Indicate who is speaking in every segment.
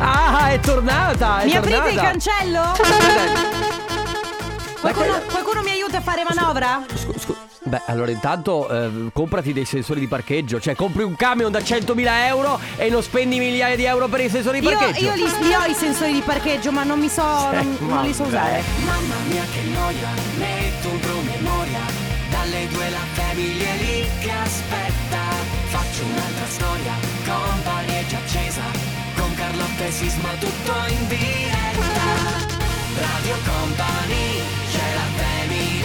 Speaker 1: Ah, è tornata. È
Speaker 2: Mi
Speaker 1: tornata.
Speaker 2: aprite il cancello?
Speaker 1: Aspetta,
Speaker 2: Qualcuno, qualcuno mi aiuta a fare manovra?
Speaker 1: scu- scu- Beh, allora intanto eh, comprati dei sensori di parcheggio, cioè compri un camion da 100.000 euro e non spendi migliaia di euro per i sensori di
Speaker 2: Io,
Speaker 1: parcheggio. Eh,
Speaker 2: io li, li ho i sensori di parcheggio, ma non mi so. non, non li so
Speaker 1: vabbè.
Speaker 2: usare.
Speaker 3: Mamma mia che noia, metto un promemoria Dalle due la famiglia è lì che aspetta Faccio un'altra storia, company è già accesa Con Carlotta e Sisma tutto in diretta Radio Company, c'è la family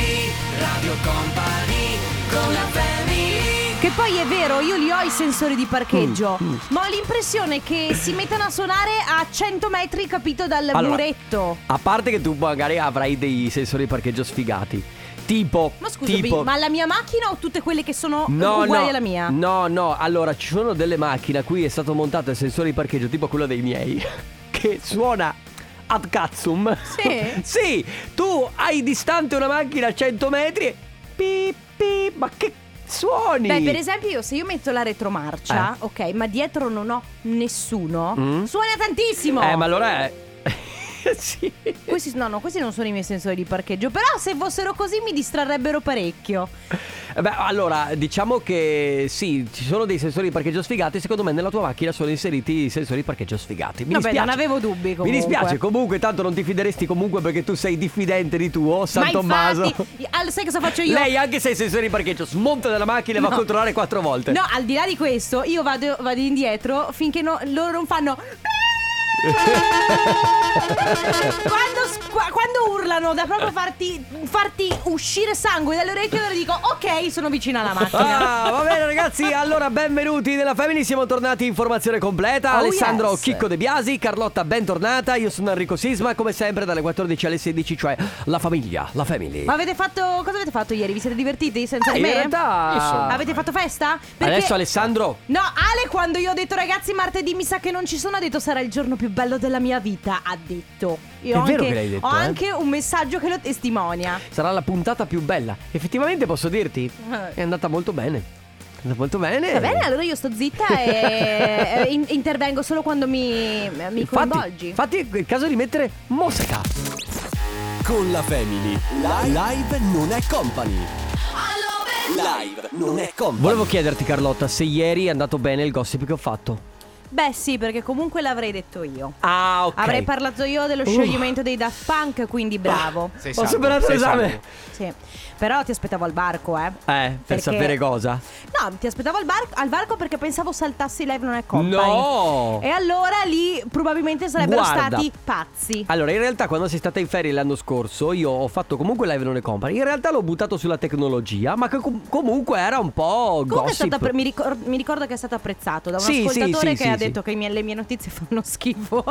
Speaker 3: Radio Company, con la family
Speaker 2: Che poi è vero, io li ho i sensori di parcheggio,
Speaker 1: Mm,
Speaker 2: ma ho l'impressione che si mettano a suonare a 100 metri, capito, dal
Speaker 1: Allora,
Speaker 2: muretto.
Speaker 1: A parte che tu magari avrai dei sensori di parcheggio sfigati. Tipo.
Speaker 2: Ma scusami,
Speaker 1: tipo-
Speaker 2: ma la mia macchina o tutte quelle che sono uguali
Speaker 1: no,
Speaker 2: alla mia?
Speaker 1: No, no, allora ci sono delle macchine a cui è stato montato il sensore di parcheggio, tipo quello dei miei, che suona ad cazzum.
Speaker 2: Sì?
Speaker 1: sì, tu hai distante una macchina a 100 metri e... Pip, pip, ma che suoni?
Speaker 2: Beh, per esempio, io se io metto la retromarcia,
Speaker 1: Eh.
Speaker 2: ok, ma dietro non ho nessuno,
Speaker 1: Mm.
Speaker 2: suona tantissimo.
Speaker 1: Eh, ma allora è... sì.
Speaker 2: Questi, no, no, questi non sono i miei sensori di parcheggio. Però se fossero così mi distrarrebbero parecchio.
Speaker 1: Eh Beh, allora, diciamo che sì, ci sono dei sensori di parcheggio sfigati. Secondo me nella tua macchina sono inseriti i sensori di parcheggio sfigati. Mi
Speaker 2: Vabbè,
Speaker 1: dispiace.
Speaker 2: non avevo dubbi,
Speaker 1: Mi
Speaker 2: comunque.
Speaker 1: dispiace, comunque, tanto non ti fideresti comunque perché tu sei diffidente di tuo, San
Speaker 2: ma
Speaker 1: Tommaso.
Speaker 2: infatti, al- sai cosa faccio io?
Speaker 1: Lei anche se i sensori di parcheggio smonta dalla macchina e va a
Speaker 2: No.
Speaker 1: controllare quattro volte.
Speaker 2: No, al di là di questo, io vado, vado indietro finché no- loro non fanno. quando, s- qua- quando urlano, da proprio farti, farti uscire sangue dalle orecchie, allora dico: Ok, sono vicina alla macchina.
Speaker 1: Ah, va bene ragazzi, allora benvenuti nella Family, siamo tornati in formazione completa.
Speaker 2: Oh,
Speaker 1: Alessandro
Speaker 2: yes.
Speaker 1: Chicco De Biasi, Carlotta bentornata, io sono Enrico Sisma, come sempre dalle 14 alle 16, cioè la famiglia, la Family.
Speaker 2: Ma avete fatto. Cosa avete fatto ieri? Vi siete divertiti senza
Speaker 1: Eh,
Speaker 2: di me?
Speaker 1: in realtà- Insomma.
Speaker 2: Avete fatto festa?
Speaker 1: Adesso Alessandro
Speaker 2: No, Ale, quando io ho detto ragazzi martedì mi sa che non ci sono, ha detto sarà il giorno più bello della mia vita, ha detto. Io
Speaker 1: È
Speaker 2: ho
Speaker 1: vero
Speaker 2: anche-
Speaker 1: che l'hai detto,
Speaker 2: Ho
Speaker 1: eh?
Speaker 2: anche un messaggio che lo testimonia.
Speaker 1: sarà la puntata più bella. Effettivamente posso dirti,
Speaker 2: Eh.
Speaker 1: è andata molto bene. È andata molto bene.
Speaker 2: Va bene, allora io sto zitta e e in- intervengo solo quando mi, mi
Speaker 1: Infatti,
Speaker 2: coinvolgi.
Speaker 1: infatti è il caso di mettere musica.
Speaker 4: Con la family. Live, live non è company. Live non è company.
Speaker 1: Volevo chiederti Carlotta se ieri è andato bene il gossip che ho fatto.
Speaker 2: Beh, sì, perché comunque l'avrei detto io.
Speaker 1: Ah, ok.
Speaker 2: Avrei parlato io dello scioglimento dei Daft Punk, quindi bravo.
Speaker 1: Ho superato l'esame.
Speaker 2: Sì. Però ti aspettavo al barco, eh.
Speaker 1: Eh, per
Speaker 2: Perché-
Speaker 1: sapere cosa?
Speaker 2: No, ti aspettavo al, bar- al barco perché pensavo saltassi live non è company.
Speaker 1: No!
Speaker 2: E allora lì probabilmente sarebbero
Speaker 1: Guarda. Ah,
Speaker 2: stati pazzi.
Speaker 1: Allora, in realtà quando sei stata in ferie l'anno scorso, io ho fatto comunque live non e company. In realtà l'ho buttato sulla tecnologia, ma che com- comunque era un po'
Speaker 2: Comunque è
Speaker 1: gossip.
Speaker 2: stato appre- mi, ricor- mi ricordo che è stato apprezzato da un
Speaker 1: Sì, sì,
Speaker 2: ascoltatore
Speaker 1: sì,
Speaker 2: che
Speaker 1: sì,
Speaker 2: ha
Speaker 1: sì.
Speaker 2: detto che i mie- le mie notizie fanno schifo.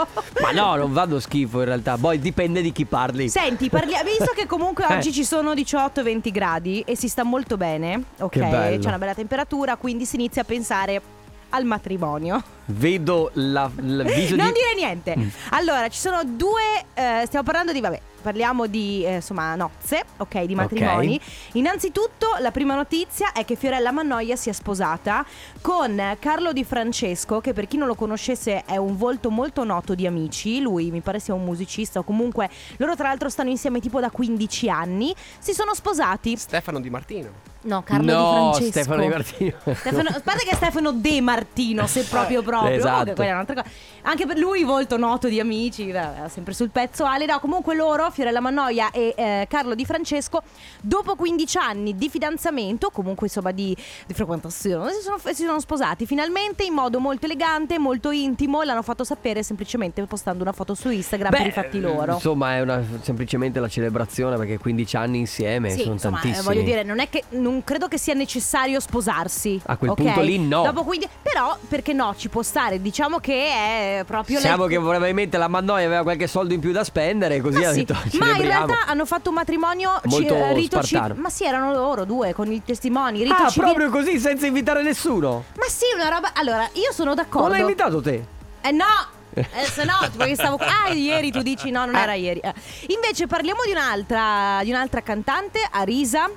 Speaker 1: Ma no, non vanno schifo in realtà. Poi dipende di chi parli.
Speaker 2: Senti, parliamo visto che comunque
Speaker 1: Eh.
Speaker 2: oggi ci sono 18-20 gradi e si sta molto bene, ok?
Speaker 1: Che bello.
Speaker 2: C'è una bella temperatura, quindi si inizia a pensare al matrimonio.
Speaker 1: Vedo la, il viso di... Mm.
Speaker 2: non dire niente. Allora, ci sono due. eh, stiamo parlando di. Vabbè, parliamo di eh, insomma nozze, ok, di matrimoni. Innanzitutto, la prima notizia è che Fiorella Mannoia si è sposata con Carlo Di Francesco, che per chi non lo conoscesse è un volto molto noto di amici. Lui mi pare sia un musicista, o comunque loro tra l'altro stanno insieme tipo da 15 anni. Si sono sposati.
Speaker 5: Stefano Di Martino.
Speaker 2: No, Carlo Di
Speaker 1: no,
Speaker 2: Francesco.
Speaker 1: Stefano Di Martino.
Speaker 2: Stefano, a parte che è Stefano De Martino, se proprio proprio.
Speaker 1: esatto.
Speaker 2: Comunque quella è un'altra cosa. Anche per lui volto noto di amici, vabbè, sempre sul pezzo Ale. No, comunque loro, Fiorella Mannoia e eh, Carlo Di Francesco, dopo 15 anni di fidanzamento, comunque insomma di, di frequentazione, si sono, si sono sposati finalmente in modo molto elegante, molto intimo. L'hanno fatto sapere semplicemente postando una foto su Instagram per i fatti loro.
Speaker 1: Insomma, è una, semplicemente la celebrazione perché 15 anni insieme
Speaker 2: Sì,
Speaker 1: sono
Speaker 2: insomma, eh,
Speaker 1: tantissimi.
Speaker 2: voglio dire, non è che non credo che sia necessario sposarsi.
Speaker 1: A quel
Speaker 2: ok?
Speaker 1: punto lì no.
Speaker 2: Dopo quindi- però perché no, ci può stare, diciamo che è proprio
Speaker 1: Siamo
Speaker 2: lei-
Speaker 1: che probabilmente la Mannoia aveva qualche soldo in più da spendere, così ha
Speaker 2: ma, sì.
Speaker 1: detto
Speaker 2: ma in
Speaker 1: "Celebriamo".
Speaker 2: realtà hanno fatto un matrimonio ci-
Speaker 1: Molto
Speaker 2: eh, rito
Speaker 1: spartano.
Speaker 2: ci- Ma sì, erano loro due con i testimoni, rito
Speaker 1: Ah,
Speaker 2: civile-
Speaker 1: proprio così, senza invitare nessuno.
Speaker 2: Ma sì, una roba. Allora, io sono d'accordo.
Speaker 1: Non l'hai invitato te?
Speaker 2: Eh no! Eh, se no, tipo che stavo. Ah, ieri tu dici no, non era ieri. Eh. Invece parliamo di un'altra, di un'altra cantante, Arisa,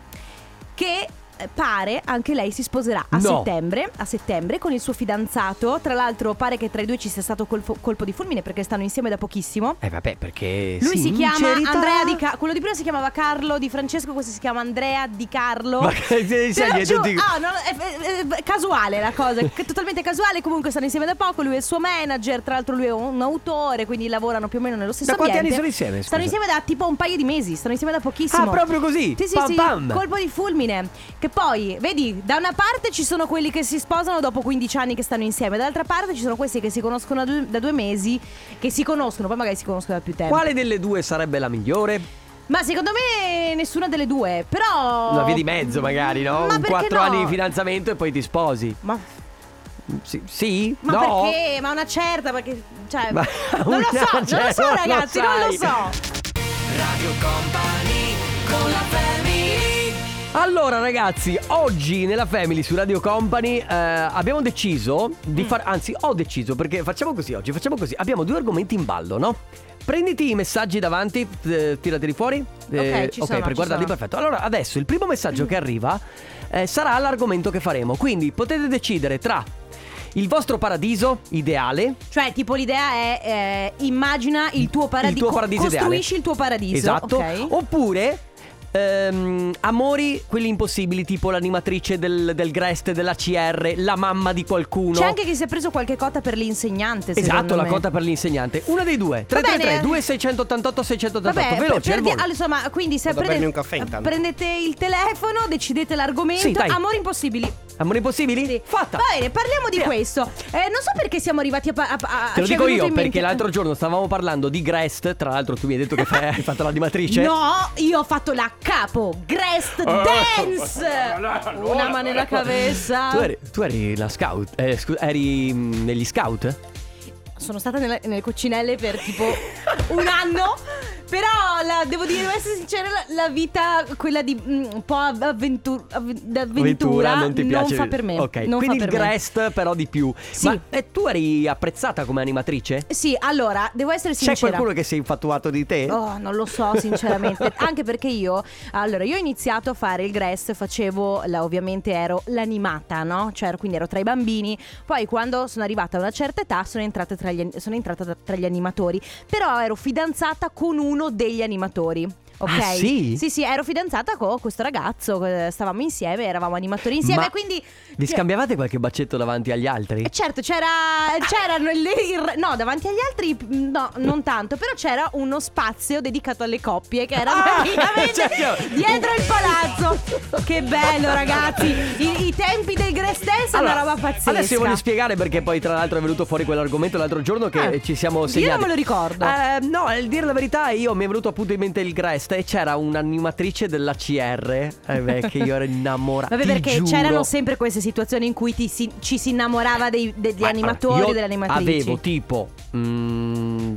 Speaker 2: che. eh, eh, pare anche lei si sposerà a,
Speaker 1: No.
Speaker 2: settembre, a settembre con il suo fidanzato. Tra l'altro pare che tra i due ci sia stato colpo, colpo di fulmine perché stanno insieme da pochissimo.
Speaker 1: Eh vabbè, perché
Speaker 2: Lui si chiama
Speaker 1: sincerità-
Speaker 2: Andrea Di Carlo. Quello di prima si chiamava Carlo Di Francesco, questo si chiama Andrea Di Carlo.
Speaker 1: Ma che-
Speaker 2: Te lo
Speaker 1: sai, è
Speaker 2: giuro-
Speaker 1: tutti-
Speaker 2: ah, no, è, è- è casuale la cosa, che- totalmente casuale. Comunque stanno insieme da poco. Lui è il suo manager, tra l'altro, lui è un autore, quindi lavorano più o meno nello stesso
Speaker 1: Da quanti
Speaker 2: ambiente.
Speaker 1: anni sono insieme, scusa?
Speaker 2: Stanno insieme da tipo un paio di mesi. Stanno insieme da pochissimo.
Speaker 1: Ah, proprio così?
Speaker 2: Sì, sì,
Speaker 1: Pam,
Speaker 2: sì.
Speaker 1: pam.
Speaker 2: Colpo di fulmine. Che poi, vedi, da una parte ci sono quelli che si sposano dopo 15 anni che stanno insieme, dall'altra parte ci sono questi che si conoscono da due, da due mesi, che si conoscono, poi magari si conoscono da più tempo.
Speaker 1: Quale delle due sarebbe la migliore?
Speaker 2: Ma secondo me nessuna delle due, però...
Speaker 1: Una via di mezzo magari, no?
Speaker 2: Oh. Ma
Speaker 1: Un
Speaker 2: perché
Speaker 1: 4
Speaker 2: no?
Speaker 1: anni di fidanzamento e poi ti sposi.
Speaker 2: Ma,
Speaker 1: Sì? sì?
Speaker 2: ma
Speaker 1: no?
Speaker 2: perché? Ma una certa, perché... Cioè...
Speaker 1: Ma-
Speaker 2: non lo
Speaker 1: una
Speaker 2: so, non lo
Speaker 1: certa,
Speaker 2: so
Speaker 1: non lo
Speaker 2: ragazzi, non lo
Speaker 1: sai.
Speaker 2: so.
Speaker 3: Radio Company con la family
Speaker 1: Allora ragazzi, oggi nella Family su Radio Company eh, abbiamo deciso di
Speaker 2: Mm.
Speaker 1: far, anzi ho deciso perché facciamo così oggi, facciamo così, abbiamo due argomenti in ballo, no? Prenditi i messaggi davanti, eh, tirateli fuori. Eh,
Speaker 2: ci
Speaker 1: ok,
Speaker 2: sono,
Speaker 1: per
Speaker 2: ci
Speaker 1: guardarli,
Speaker 2: sono.
Speaker 1: perfetto. Allora, adesso il primo messaggio che arriva eh, sarà l'argomento che faremo. Quindi potete decidere tra il vostro paradiso ideale,
Speaker 2: Cioè, tipo l'idea è eh, immagina il tuo paradiso.
Speaker 1: il tuo paradiso ideale.
Speaker 2: Costruisci il tuo paradiso.
Speaker 1: Esatto.
Speaker 2: ok?
Speaker 1: Oppure ehm, amori quelli impossibili, tipo l'animatrice del, del Grest, della CR, la mamma di qualcuno.
Speaker 2: C'è anche chi si è preso qualche cota per l'insegnante.
Speaker 1: Esatto,
Speaker 2: secondo
Speaker 1: la
Speaker 2: me.
Speaker 1: quota per l'insegnante. Una dei due.
Speaker 2: Va bene.
Speaker 1: 333 2688 688
Speaker 2: Vabbè, per-
Speaker 1: veloce, al
Speaker 2: per di-
Speaker 1: volo.
Speaker 2: allora, insomma, quindi se
Speaker 5: Vado a
Speaker 2: prendete-
Speaker 5: bermi un caffè intanto.
Speaker 2: prendete il telefono, decidete l'argomento.
Speaker 1: Sì, dai.
Speaker 2: Amori impossibili.
Speaker 1: Amori impossibili?
Speaker 2: Sì. Ah,
Speaker 1: Fatta.
Speaker 2: Va bene, parliamo di
Speaker 1: Via.
Speaker 2: questo. Eh, non so perché siamo arrivati a. pa- a- a-
Speaker 1: Te lo
Speaker 2: ci è
Speaker 1: dico
Speaker 2: venuto
Speaker 1: io
Speaker 2: in mente-
Speaker 1: perché l'altro giorno stavamo parlando di Grest, tra l'altro tu mi hai detto che fai- hai fatto l'animatrice.
Speaker 2: No, io ho fatto la capo Grest Dance Una mano nella cabeza
Speaker 1: Tu eri, tu eri la scout, eh, scu- eri mm, negli scout?
Speaker 2: Sono stata nella- nelle coccinelle per tipo un anno Però la- devo dire, devo essere sincera La, la vita, quella di mm, un po' av- avventur- av- d'avventura
Speaker 1: non ti piace.
Speaker 2: fa per me
Speaker 1: Ok,
Speaker 2: non
Speaker 1: quindi
Speaker 2: fa
Speaker 1: il
Speaker 2: per me.
Speaker 1: Grest però di più.
Speaker 2: Sì.
Speaker 1: Ma eh, tu eri apprezzata come animatrice?
Speaker 2: Sì, allora, devo essere
Speaker 1: C'è
Speaker 2: sincera
Speaker 1: qualcuno che si è infatuato di te?
Speaker 2: Oh, non lo so, sinceramente. Anche perché io, allora, io ho iniziato a fare il Grest, facevo, la- ovviamente ero l'animata, no? Cioè, ero- quindi ero tra i bambini. Poi, quando sono arrivata a una certa età, sono entrata tra gli, sono entrata tra- tra gli animatori. Però ero fidanzata con uno degli animatori. Ok?
Speaker 1: Ah, sì?
Speaker 2: Sì, sì, ero fidanzata con questo ragazzo. eh, Stavamo insieme, eravamo animatori insieme.
Speaker 1: Ma
Speaker 2: quindi.
Speaker 1: Vi
Speaker 2: cioè-
Speaker 1: scambiavate qualche baccetto davanti agli altri?
Speaker 2: eh, Certo, c'era, c'erano il, il- no, davanti agli altri mh, no, non tanto, però c'era uno spazio dedicato alle coppie che era
Speaker 1: Ah,
Speaker 2: praticamente
Speaker 1: cioè,
Speaker 2: dietro il palazzo. Che bello, ragazzi! I, i tempi del Grass Dance
Speaker 1: Allora,
Speaker 2: è una roba pazzesca.
Speaker 1: Adesso io voglio spiegare perché poi tra l'altro è venuto fuori quell'argomento l'altro giorno che
Speaker 2: Ah,
Speaker 1: ci siamo
Speaker 2: io
Speaker 1: segnati.
Speaker 2: non me lo ricordo.
Speaker 1: Eh, no, a dire la verità io mi è venuto appunto in mente il Grest e c'era un'animatrice della CR eh beh, che io ero innamorato.
Speaker 2: Vabbè, perché c'erano sempre queste situazioni in cui ti si- ci si innamorava dei- degli animatori
Speaker 1: io
Speaker 2: e delle animatrici.
Speaker 1: Avevo tipo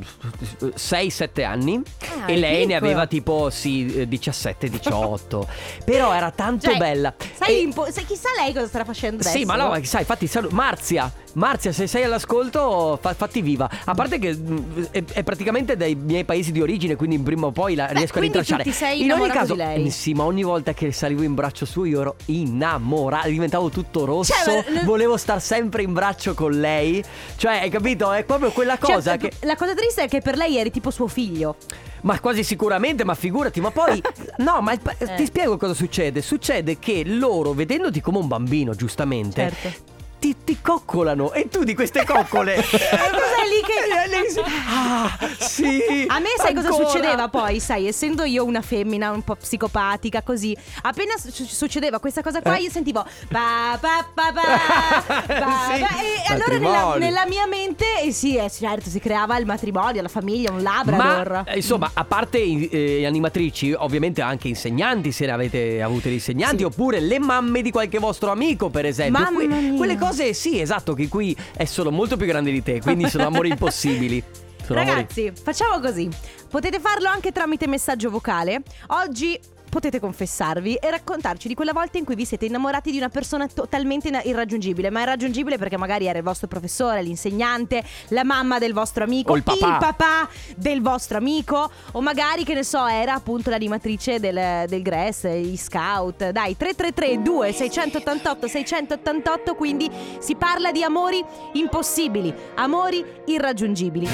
Speaker 1: 6-7 anni
Speaker 2: Ah,
Speaker 1: e lei ne
Speaker 2: piccolo.
Speaker 1: aveva tipo sì, eh, 17-18. Però era tanto
Speaker 2: Cioè,
Speaker 1: bella.
Speaker 2: Sai,
Speaker 1: E-
Speaker 2: l'impo- sai- chissà lei cosa starà facendo adesso.
Speaker 1: Sì, ma no, ma sai, fatti saluto. Marzia, Marzia, se sei all'ascolto, fa- fatti viva. A parte che mm, è, è praticamente dei miei paesi di origine, quindi prima o poi la riesco a
Speaker 2: quindi tu
Speaker 1: rintracciare.
Speaker 2: ti sei
Speaker 1: in ogni
Speaker 2: innamorato
Speaker 1: caso,
Speaker 2: di lei.
Speaker 1: eh, sì, ma ogni volta che salivo in braccio suo, io ero innamorato. Diventavo tutto rosso.
Speaker 2: Cioè, ma-
Speaker 1: Volevo star sempre in braccio con lei. Cioè, hai capito? È proprio quella
Speaker 2: Cioè,
Speaker 1: cosa che.
Speaker 2: La cosa triste è che per lei eri tipo suo figlio.
Speaker 1: Ma quasi sicuramente, ma figurati, ma poi... No, ma il pa-
Speaker 2: Eh.
Speaker 1: ti spiego cosa succede. Succede che loro, vedendoti come un bambino, giustamente...
Speaker 2: Certo.
Speaker 1: Ti, ti coccolano e tu di queste coccole... E
Speaker 2: cos'è lì che-
Speaker 1: Ah, sì!
Speaker 2: A me sai cosa
Speaker 1: Eh, ancora.
Speaker 2: succedeva poi, sai, essendo io una femmina un po' psicopatica così, appena su- succedeva questa cosa
Speaker 1: Eh?
Speaker 2: qua io sentivo pa pa pa pa,
Speaker 1: Sì,
Speaker 2: pa, pa. e allora nella,
Speaker 1: matrimonio.
Speaker 2: nella mia mente eh sì, eh, certo, si creava il matrimonio, la famiglia, un labrador.
Speaker 1: Ma eh, insomma, a parte i- eh, animatrici, ovviamente anche insegnanti, se ne avete avute di insegnanti,
Speaker 2: Sì.
Speaker 1: oppure le mamme di qualche vostro amico, per esempio.
Speaker 2: Mamma
Speaker 1: Que-
Speaker 2: mia.
Speaker 1: Quelle cose, sì, esatto, che qui eh, sono molto più grandi di te, quindi sono amori impossibili. Sono amori-
Speaker 2: Ragazzi, facciamo così. Potete farlo anche tramite messaggio vocale. Oggi potete confessarvi e raccontarci di quella volta in cui vi siete innamorati di una persona totalmente ina- irraggiungibile, ma irraggiungibile perché magari era il vostro professore, l'insegnante, la mamma del vostro amico,
Speaker 1: O il papà.
Speaker 2: papà del vostro amico o magari che ne so, era appunto l'animatrice del, del Gress, gli scout. Dai, 333 2688 688, quindi si parla di amori impossibili, amori irraggiungibili.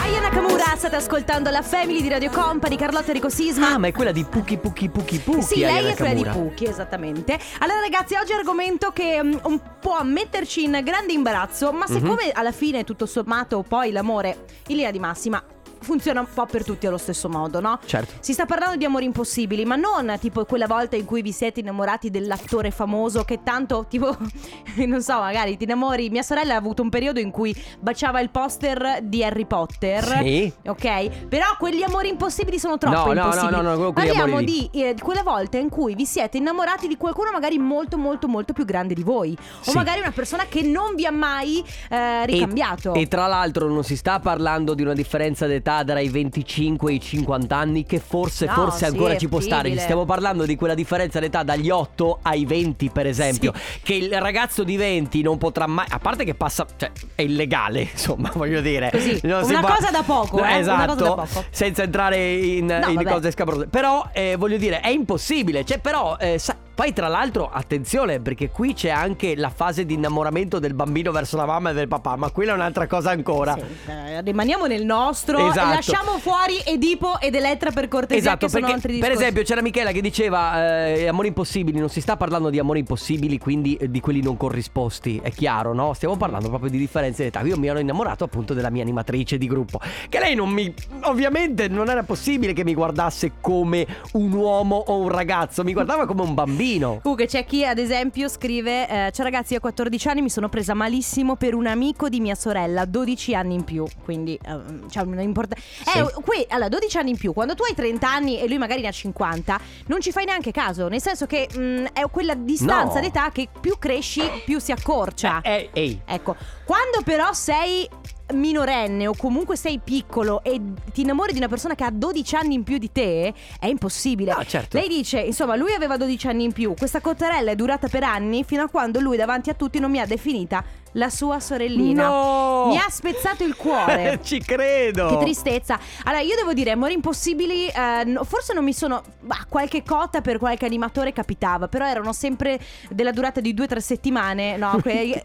Speaker 2: Aya Nakamura state ascoltando la Family di Radio Company, Carlotta Rico Sisma.
Speaker 1: Ah, ma è quella di Pucchi Pucchi Pucchi Pucchi.
Speaker 2: Sì, lei
Speaker 1: Ayana
Speaker 2: è quella di
Speaker 1: Kamura.
Speaker 2: Pucchi, esattamente. Allora, ragazzi, oggi è un argomento che mm, un può metterci in grande imbarazzo, ma siccome
Speaker 1: Mhm.
Speaker 2: alla fine, tutto sommato, poi l'amore in linea di massima funziona un po' per tutti allo stesso modo, no?
Speaker 1: Certo.
Speaker 2: Si sta parlando di amori impossibili, ma non tipo quella volta in cui vi siete innamorati dell'attore famoso che tanto tipo, non so, magari ti innamori. Mia sorella ha avuto un periodo in cui baciava il poster di Harry Potter.
Speaker 1: Sì.
Speaker 2: Ok, però quegli amori impossibili sono
Speaker 1: No, no,
Speaker 2: troppo
Speaker 1: no,
Speaker 2: impossibili.
Speaker 1: no, no, quello- quegli
Speaker 2: Parliamo
Speaker 1: amori
Speaker 2: di eh, di quelle volte in cui vi siete innamorati di qualcuno magari molto molto molto più grande di voi o
Speaker 1: Sì.
Speaker 2: magari una persona che non vi ha mai eh, ricambiato.
Speaker 1: E tra l'altro non si sta parlando di una differenza d'età tra i 25 e i 50 anni che forse,
Speaker 2: No,
Speaker 1: forse
Speaker 2: sì,
Speaker 1: ancora
Speaker 2: è
Speaker 1: ci può stare. Gli
Speaker 2: fattibile.
Speaker 1: stiamo parlando di quella differenza d'età dagli 8 ai 20 per esempio. Che il ragazzo di 20 non potrà mai... A parte che passa... Cioè è illegale insomma voglio dire.
Speaker 2: Così,
Speaker 1: Non si
Speaker 2: una
Speaker 1: può-
Speaker 2: cosa da poco, eh, una cosa da
Speaker 1: Esatto.
Speaker 2: poco.
Speaker 1: Senza entrare in, in
Speaker 2: vabbè.
Speaker 1: cose scabrose. Però eh, voglio dire è impossibile. Cioè però... eh, sa- poi tra l'altro attenzione perché qui c'è anche la fase di innamoramento del bambino verso la mamma e del papà, ma quella è un'altra cosa ancora.
Speaker 2: Sì, eh, rimaniamo nel nostro
Speaker 1: Esatto.
Speaker 2: lasciamo fuori Edipo ed Elettra per cortesia
Speaker 1: Esatto,
Speaker 2: che sono
Speaker 1: perché
Speaker 2: altri
Speaker 1: per
Speaker 2: discorsi.
Speaker 1: esempio c'era Michela che diceva eh, amori impossibili, non si sta parlando di amori impossibili, quindi eh, di quelli non corrisposti, è chiaro, no? Stiamo parlando proprio di differenze d'età. Io mi ero innamorato appunto della mia animatrice di gruppo, che lei non mi ovviamente non era possibile che mi guardasse come un uomo o un ragazzo, mi guardava come un bambino.
Speaker 2: Comunque c'è chi ad esempio scrive eh, Ciao ragazzi io a 14 anni mi sono presa malissimo per un amico di mia sorella 12 anni in più Quindi ehm, cioè, non importa eh,
Speaker 1: Sì.
Speaker 2: qui, Allora 12 anni in più Quando tu hai 30 anni e lui magari ne ha 50 Non ci fai neanche caso Nel senso che mh, è quella distanza
Speaker 1: No.
Speaker 2: d'età che più cresci più si accorcia
Speaker 1: Eh, ehi.
Speaker 2: Ecco, quando però sei minorenne o comunque sei piccolo e ti innamori di una persona che ha 12 anni in più di te, è impossibile.
Speaker 1: No, certo.
Speaker 2: Lei dice, insomma, lui aveva 12 anni in più, questa cottarella è durata per anni fino a quando lui davanti a tutti non mi ha definita la sua sorellina.
Speaker 1: No! Eh,
Speaker 2: Mi ha spezzato il cuore.
Speaker 1: Ci credo.
Speaker 2: Che tristezza. Allora, io devo dire, amori impossibili. eh, no- forse non mi sono. Bah, qualche cotta per qualche animatore capitava. Però erano sempre della durata di 2-3 settimane. No, que-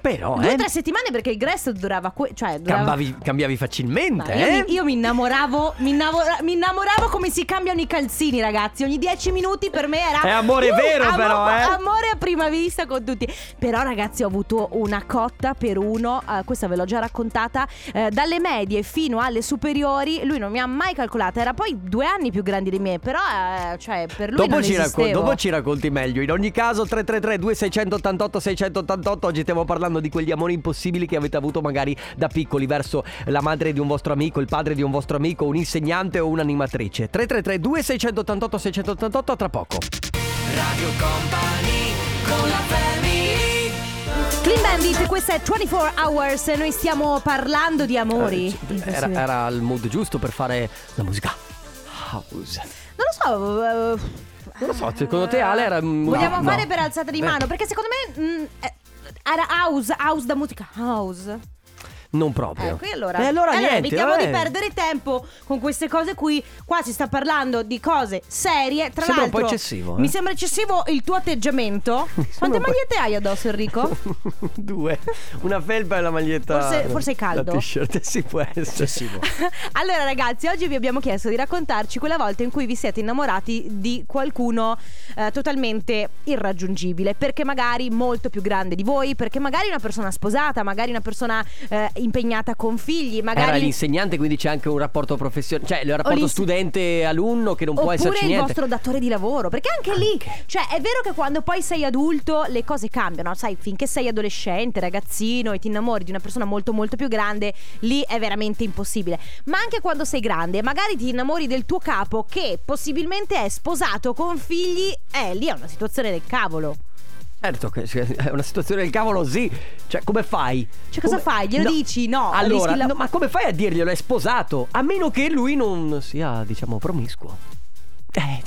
Speaker 1: Però,
Speaker 2: Due o
Speaker 1: eh,
Speaker 2: tre settimane perché il Grest durava. que- cioè, durava-
Speaker 1: cambiavi, cambiavi
Speaker 2: Ma
Speaker 1: facilmente,
Speaker 2: io,
Speaker 1: eh?
Speaker 2: mi, io mi innamoravo, mi, innamora- mi innamoravo come si cambiano i calzini, ragazzi. Ogni dieci minuti per me era. Uh,
Speaker 1: È amore vero,
Speaker 2: amo-
Speaker 1: però, eh.
Speaker 2: Amore a prima vista con tutti. Però, ragazzi, ho avuto una cotta per uno. eh, questa ve l'ho già raccontata. eh, dalle medie fino alle superiori. Lui non mi ha mai calcolata. Era poi due anni più grandi di me. Però, eh, cioè, per lui
Speaker 1: Dopo
Speaker 2: non
Speaker 1: ci, raccon-
Speaker 2: esistevo.
Speaker 1: dopo ci racconti meglio. In ogni caso, 333-2688-688. Oggi stiamo parlando di quegli amori impossibili che avete avuto magari da piccoli verso la madre di un vostro amico, il padre di un vostro amico, un insegnante o un'animatrice. 333-2688-688. A tra poco.
Speaker 2: Clean Bandit, questa è 24 Hours. Noi stiamo parlando di amori.
Speaker 1: Eh, Era,
Speaker 2: Impossibile.
Speaker 1: era il mood giusto per fare la musica house.
Speaker 2: Non lo so. eh,
Speaker 1: Non lo so, secondo te, Ale, era. mm,
Speaker 2: Vogliamo
Speaker 1: no,
Speaker 2: fare
Speaker 1: no.
Speaker 2: per alzata di
Speaker 1: Eh,
Speaker 2: mano? Perché secondo me. mm, eh, era house, house da musica house.
Speaker 1: Non proprio.
Speaker 2: Ecco, e allora,
Speaker 1: E allora,
Speaker 2: e
Speaker 1: niente.
Speaker 2: evitiamo
Speaker 1: vabbè.
Speaker 2: di perdere tempo con queste cose qui. Qua si sta parlando di cose serie. Tra
Speaker 1: Sembra un po'
Speaker 2: l'altro,
Speaker 1: eccessivo, eh.
Speaker 2: mi sembra eccessivo il tuo atteggiamento. Quante
Speaker 1: un po'-
Speaker 2: magliette hai addosso, Enrico?
Speaker 1: Due. Una felpa e la maglietta.
Speaker 2: Forse- forse è caldo.
Speaker 1: La t-shirt, si può essere. Eccessivo.
Speaker 2: allora, ragazzi, oggi vi abbiamo chiesto di raccontarci quella volta in cui vi siete innamorati di qualcuno eh, totalmente irraggiungibile, perché magari molto più grande di voi, perché magari una persona sposata, magari una persona eh, impegnata con figli,
Speaker 1: Era
Speaker 2: magari.
Speaker 1: l'insegnante, quindi c'è anche un rapporto professionale, cioè il rapporto
Speaker 2: l'inse-
Speaker 1: studente-alunno che non può
Speaker 2: Oppure
Speaker 1: esserci
Speaker 2: il
Speaker 1: niente.
Speaker 2: vostro datore di lavoro, perché anche, lì, cioè è vero che quando poi sei adulto le cose cambiano, sai, finché sei adolescente, ragazzino e ti innamori di una persona molto molto più grande, lì è veramente impossibile. Ma anche quando sei grande, magari ti innamori del tuo capo che possibilmente è sposato con figli, eh, lì è una situazione del cavolo.
Speaker 1: Certo, che- cioè, è una situazione del cavolo, sì. Cioè, come fai?
Speaker 2: Cioè, cosa
Speaker 1: Come-
Speaker 2: fai? Glielo dici? No,
Speaker 1: Allora,
Speaker 2: rischi la-
Speaker 1: no, ma come fai a dirglielo? È sposato. A meno che lui non sia, diciamo, promiscuo. Eh,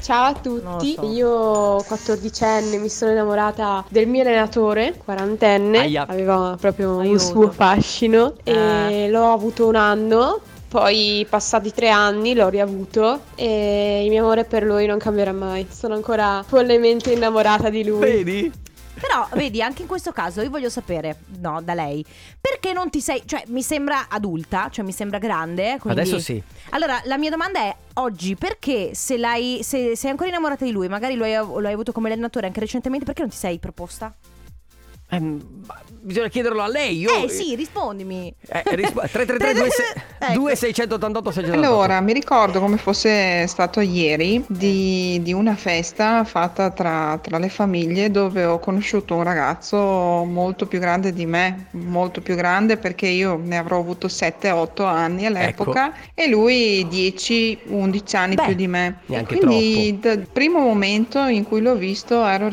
Speaker 5: Ciao a
Speaker 2: Non lo
Speaker 5: tutti,
Speaker 2: so.
Speaker 5: io 14enne mi sono innamorata del mio allenatore, quarantenne,
Speaker 1: Aia.
Speaker 5: aveva proprio
Speaker 2: Aiuto.
Speaker 5: un suo fascino
Speaker 2: Eh.
Speaker 5: e l'ho avuto un anno, poi passati tre anni l'ho riavuto e il mio amore per lui non cambierà mai, sono ancora follemente innamorata di lui.
Speaker 1: vedi?
Speaker 2: Però, vedi, anche in questo caso io voglio sapere, no, da lei, perché non ti sei, cioè mi sembra adulta, cioè mi sembra grande, quindi...
Speaker 1: Adesso sì.
Speaker 2: Allora, la mia domanda è, oggi, perché se l'hai, se sei ancora innamorata di lui, magari lo hai, lo hai avuto come allenatore anche recentemente, perché non ti sei proposta?
Speaker 1: Ehm, ma bisogna chiederlo a lei. Io,
Speaker 2: eh sì, rispondimi.
Speaker 1: Eh, rispo- 333 eh,
Speaker 2: Ecco.
Speaker 1: 2688
Speaker 6: Allora, mi ricordo come fosse stato ieri di, di una festa fatta tra, tra le famiglie dove ho conosciuto un ragazzo molto più grande di me, molto più grande perché io ne avrò avuto 7-8 anni all'epoca e lui 10-11 anni
Speaker 2: Beh,
Speaker 6: più di me. E
Speaker 1: neanche
Speaker 6: quindi dal primo momento in cui l'ho visto ero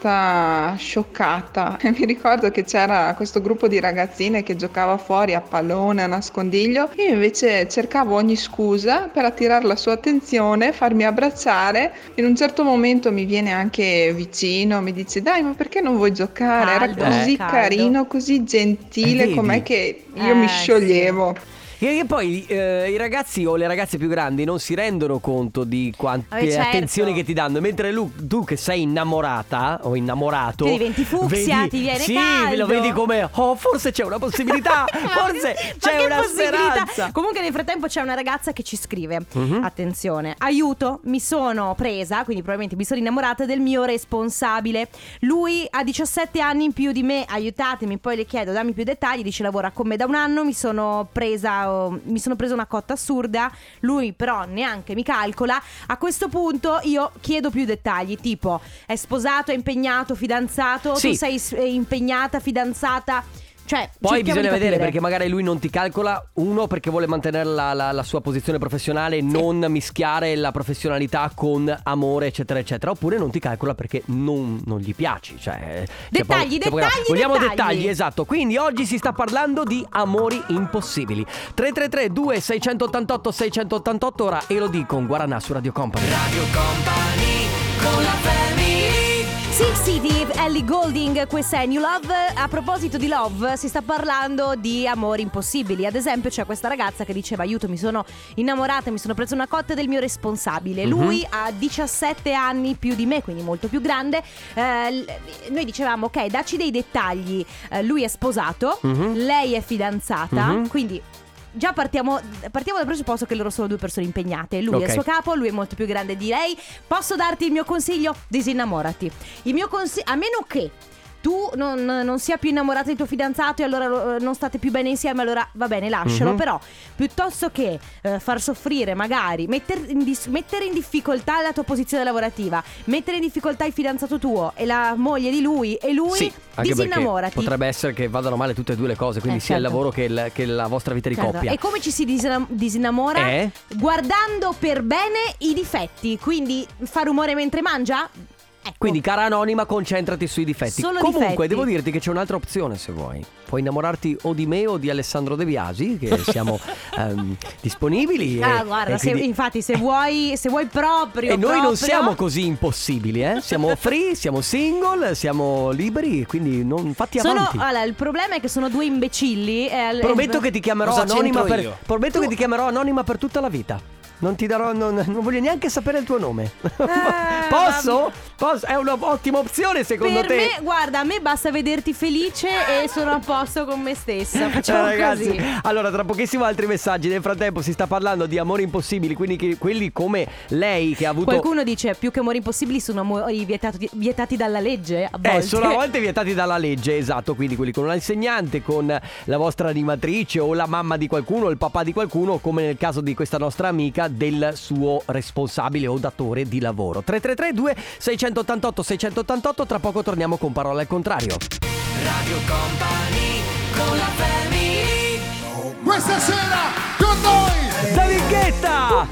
Speaker 6: rimasta scioccata. Mi ricordo che c'era questo gruppo di ragazzine che giocava fuori a pallone, a nascondiglio. Io invece cercavo ogni scusa per attirare la sua attenzione, farmi abbracciare. In un certo momento mi viene anche vicino, mi dice: Dai, ma perché non vuoi giocare?
Speaker 2: Caldo,
Speaker 6: Era così
Speaker 2: eh, caldo.
Speaker 6: carino, così
Speaker 1: Eh,
Speaker 6: gentile
Speaker 1: vedi?
Speaker 6: com'è che io
Speaker 2: Eh,
Speaker 6: mi
Speaker 2: sì.
Speaker 6: scioglievo.
Speaker 1: E che poi eh, i ragazzi o le ragazze più grandi non si rendono conto di quante
Speaker 2: Eh, certo.
Speaker 1: attenzioni che ti danno, mentre lu- tu che sei innamorata o innamorato
Speaker 2: Ti diventi fucsia, ti viene
Speaker 1: Sì,
Speaker 2: caldo.
Speaker 1: lo vedi come oh, forse c'è una possibilità, forse
Speaker 2: Ma
Speaker 1: c'è
Speaker 2: che
Speaker 1: una
Speaker 2: possibilità?
Speaker 1: speranza.
Speaker 2: Comunque nel frattempo c'è una ragazza che ci scrive.
Speaker 1: Mhm.
Speaker 2: Attenzione, aiuto, mi sono presa, quindi probabilmente mi sono innamorata del mio responsabile. Lui ha 17 anni in più di me, aiutatemi, poi le chiedo, dammi più dettagli, dice lavora con me da un anno, mi sono presa, oh, mi sono presa una cotta assurda, lui però neanche mi calcola. A questo punto io chiedo più dettagli, tipo è sposato, è impegnato, fidanzato,
Speaker 1: Sì.
Speaker 2: tu sei s- eh, impegnata, fidanzata. Cioè,
Speaker 1: Poi
Speaker 2: cerchiamo di
Speaker 1: bisogna vedere
Speaker 2: capire.
Speaker 1: perché magari lui non ti calcola, uno perché vuole mantenere la, la- la sua posizione professionale, non mischiare la professionalità con amore eccetera eccetera, oppure non ti calcola perché non, non gli piaci. Cioè, c'è paura-
Speaker 2: Dettagli,
Speaker 1: c'è paura.
Speaker 2: dettagli,
Speaker 1: Vogliamo
Speaker 2: dettagli.
Speaker 1: esatto. Quindi oggi si sta parlando di amori impossibili. 333 2688 688 ora e lo dico con Guaranà su Radio Company.
Speaker 2: Sì, sì, di Ellie Golding, questa è New Love. A proposito di love, si sta parlando di amori impossibili. Ad esempio, c'è questa ragazza che diceva: Aiuto, mi sono innamorata, mi sono presa una cotta del mio
Speaker 1: Mhm.
Speaker 2: responsabile. Lui ha 17 anni più di me, quindi molto più grande. Eh, l- noi dicevamo: Ok, dacci dei dettagli. Eh, lui è sposato,
Speaker 1: Mhm.
Speaker 2: lei è fidanzata,
Speaker 1: Mhm.
Speaker 2: quindi. Già partiamo, partiamo dal presupposto che loro sono due persone impegnate. Lui
Speaker 1: Ok.
Speaker 2: è il suo capo, lui è molto più grande di lei. Posso darti il mio consiglio? Disinnamorati. Il mio consiglio, a meno che tu non, non sia più innamorata di tuo fidanzato e allora lo- non state più bene insieme, allora va bene, lascialo.
Speaker 1: Mhm.
Speaker 2: Però piuttosto che eh, far soffrire, magari metter in dis- mettere in difficoltà la tua posizione lavorativa, mettere in difficoltà il fidanzato tuo e la moglie di lui e lui,
Speaker 1: Sì, anche perché
Speaker 2: disinnamorati.
Speaker 1: potrebbe essere che vadano male tutte e due le cose, quindi
Speaker 2: Eh,
Speaker 1: sia il
Speaker 2: certo.
Speaker 1: lavoro che, il- che la vostra vita di
Speaker 2: Certo.
Speaker 1: coppia.
Speaker 2: E come ci si disinna- disinnamora?
Speaker 1: Eh?
Speaker 2: Guardando per bene i difetti, quindi fa rumore mentre mangia? Ecco.
Speaker 1: Quindi, cara anonima, concentrati sui difetti.
Speaker 2: Solo
Speaker 1: Comunque,
Speaker 2: difetti.
Speaker 1: devo dirti che c'è un'altra opzione se vuoi. Puoi innamorarti o di me o di Alessandro De Biasi, che siamo ehm, disponibili. e-
Speaker 2: Ah, guarda,
Speaker 1: e
Speaker 2: se-
Speaker 1: eh, quindi-
Speaker 2: infatti, se vuoi, se vuoi proprio.
Speaker 1: E noi non
Speaker 2: proprio-
Speaker 1: siamo così impossibili, eh? Siamo free, siamo single, siamo liberi, quindi non fatti
Speaker 2: Sono, eh,
Speaker 1: avanti.
Speaker 2: allora, il problema è che sono due imbecilli. eh, e-
Speaker 1: Prometto
Speaker 2: e-
Speaker 1: che ti chiamerò
Speaker 7: Cosa
Speaker 1: anonima
Speaker 7: c'entro
Speaker 1: per
Speaker 7: io?
Speaker 1: Prometto che ti chiamerò anonima per tutta la vita. Non ti darò non, non voglio neanche sapere il tuo nome.
Speaker 2: Ah,
Speaker 1: Posso?
Speaker 2: vabbè.
Speaker 1: Posso? È un'ottima opzione secondo
Speaker 2: Per
Speaker 1: te.
Speaker 2: me, guarda, a me basta vederti felice e sono a posto con me stessa. Facciamo
Speaker 1: Ciao Eh, ragazzi,
Speaker 2: così.
Speaker 1: allora tra pochissimo altri messaggi. Nel frattempo si sta parlando di amori impossibili, quindi che- quelli come lei che ha avuto...
Speaker 2: Qualcuno dice più che amori impossibili sono amori vietato- vietati dalla legge. A volte.
Speaker 1: Eh, sono a volte vietati dalla legge, esatto, quindi quelli con l'insegnante, con la vostra animatrice o la mamma di qualcuno, o il papà di qualcuno, come nel caso di questa nostra amica, del suo responsabile o datore di lavoro. 3332 688 688, tra poco torniamo con parole al contrario.
Speaker 8: Questa sera con noi
Speaker 1: David Guetta!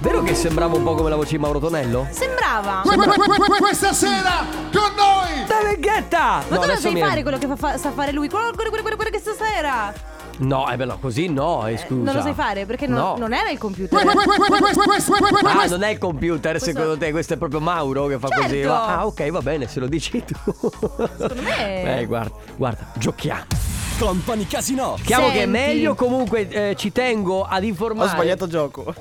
Speaker 1: Vero che sembrava un po' come la voce di Mauro Tonello?
Speaker 2: Sembrava.
Speaker 8: que- que- que- que- Questa sera con noi
Speaker 1: Aspetta!
Speaker 2: Ma
Speaker 1: No,
Speaker 2: tu non
Speaker 1: adesso
Speaker 2: sai
Speaker 1: mi-
Speaker 2: fare quello che fa- fa- sa fare lui. Quello, quello, quello, quello, quello che stasera.
Speaker 1: No, eh beh, no, così no, eh, scusa.
Speaker 2: Non lo sai fare perché non,
Speaker 1: No.
Speaker 2: non era il computer.
Speaker 1: Ah,
Speaker 8: Questo
Speaker 1: non è il computer, secondo te? Questo è proprio Mauro che fa
Speaker 2: Certo.
Speaker 1: così? Va- Ah, ok, va bene, se lo dici tu. Secondo
Speaker 2: me-
Speaker 1: Eh, guarda, guarda, giochiamo.
Speaker 4: Company Casino.
Speaker 1: Chiamo che è
Speaker 2: Senti.
Speaker 1: meglio comunque eh, ci tengo ad informare. Ho sbagliato gioco.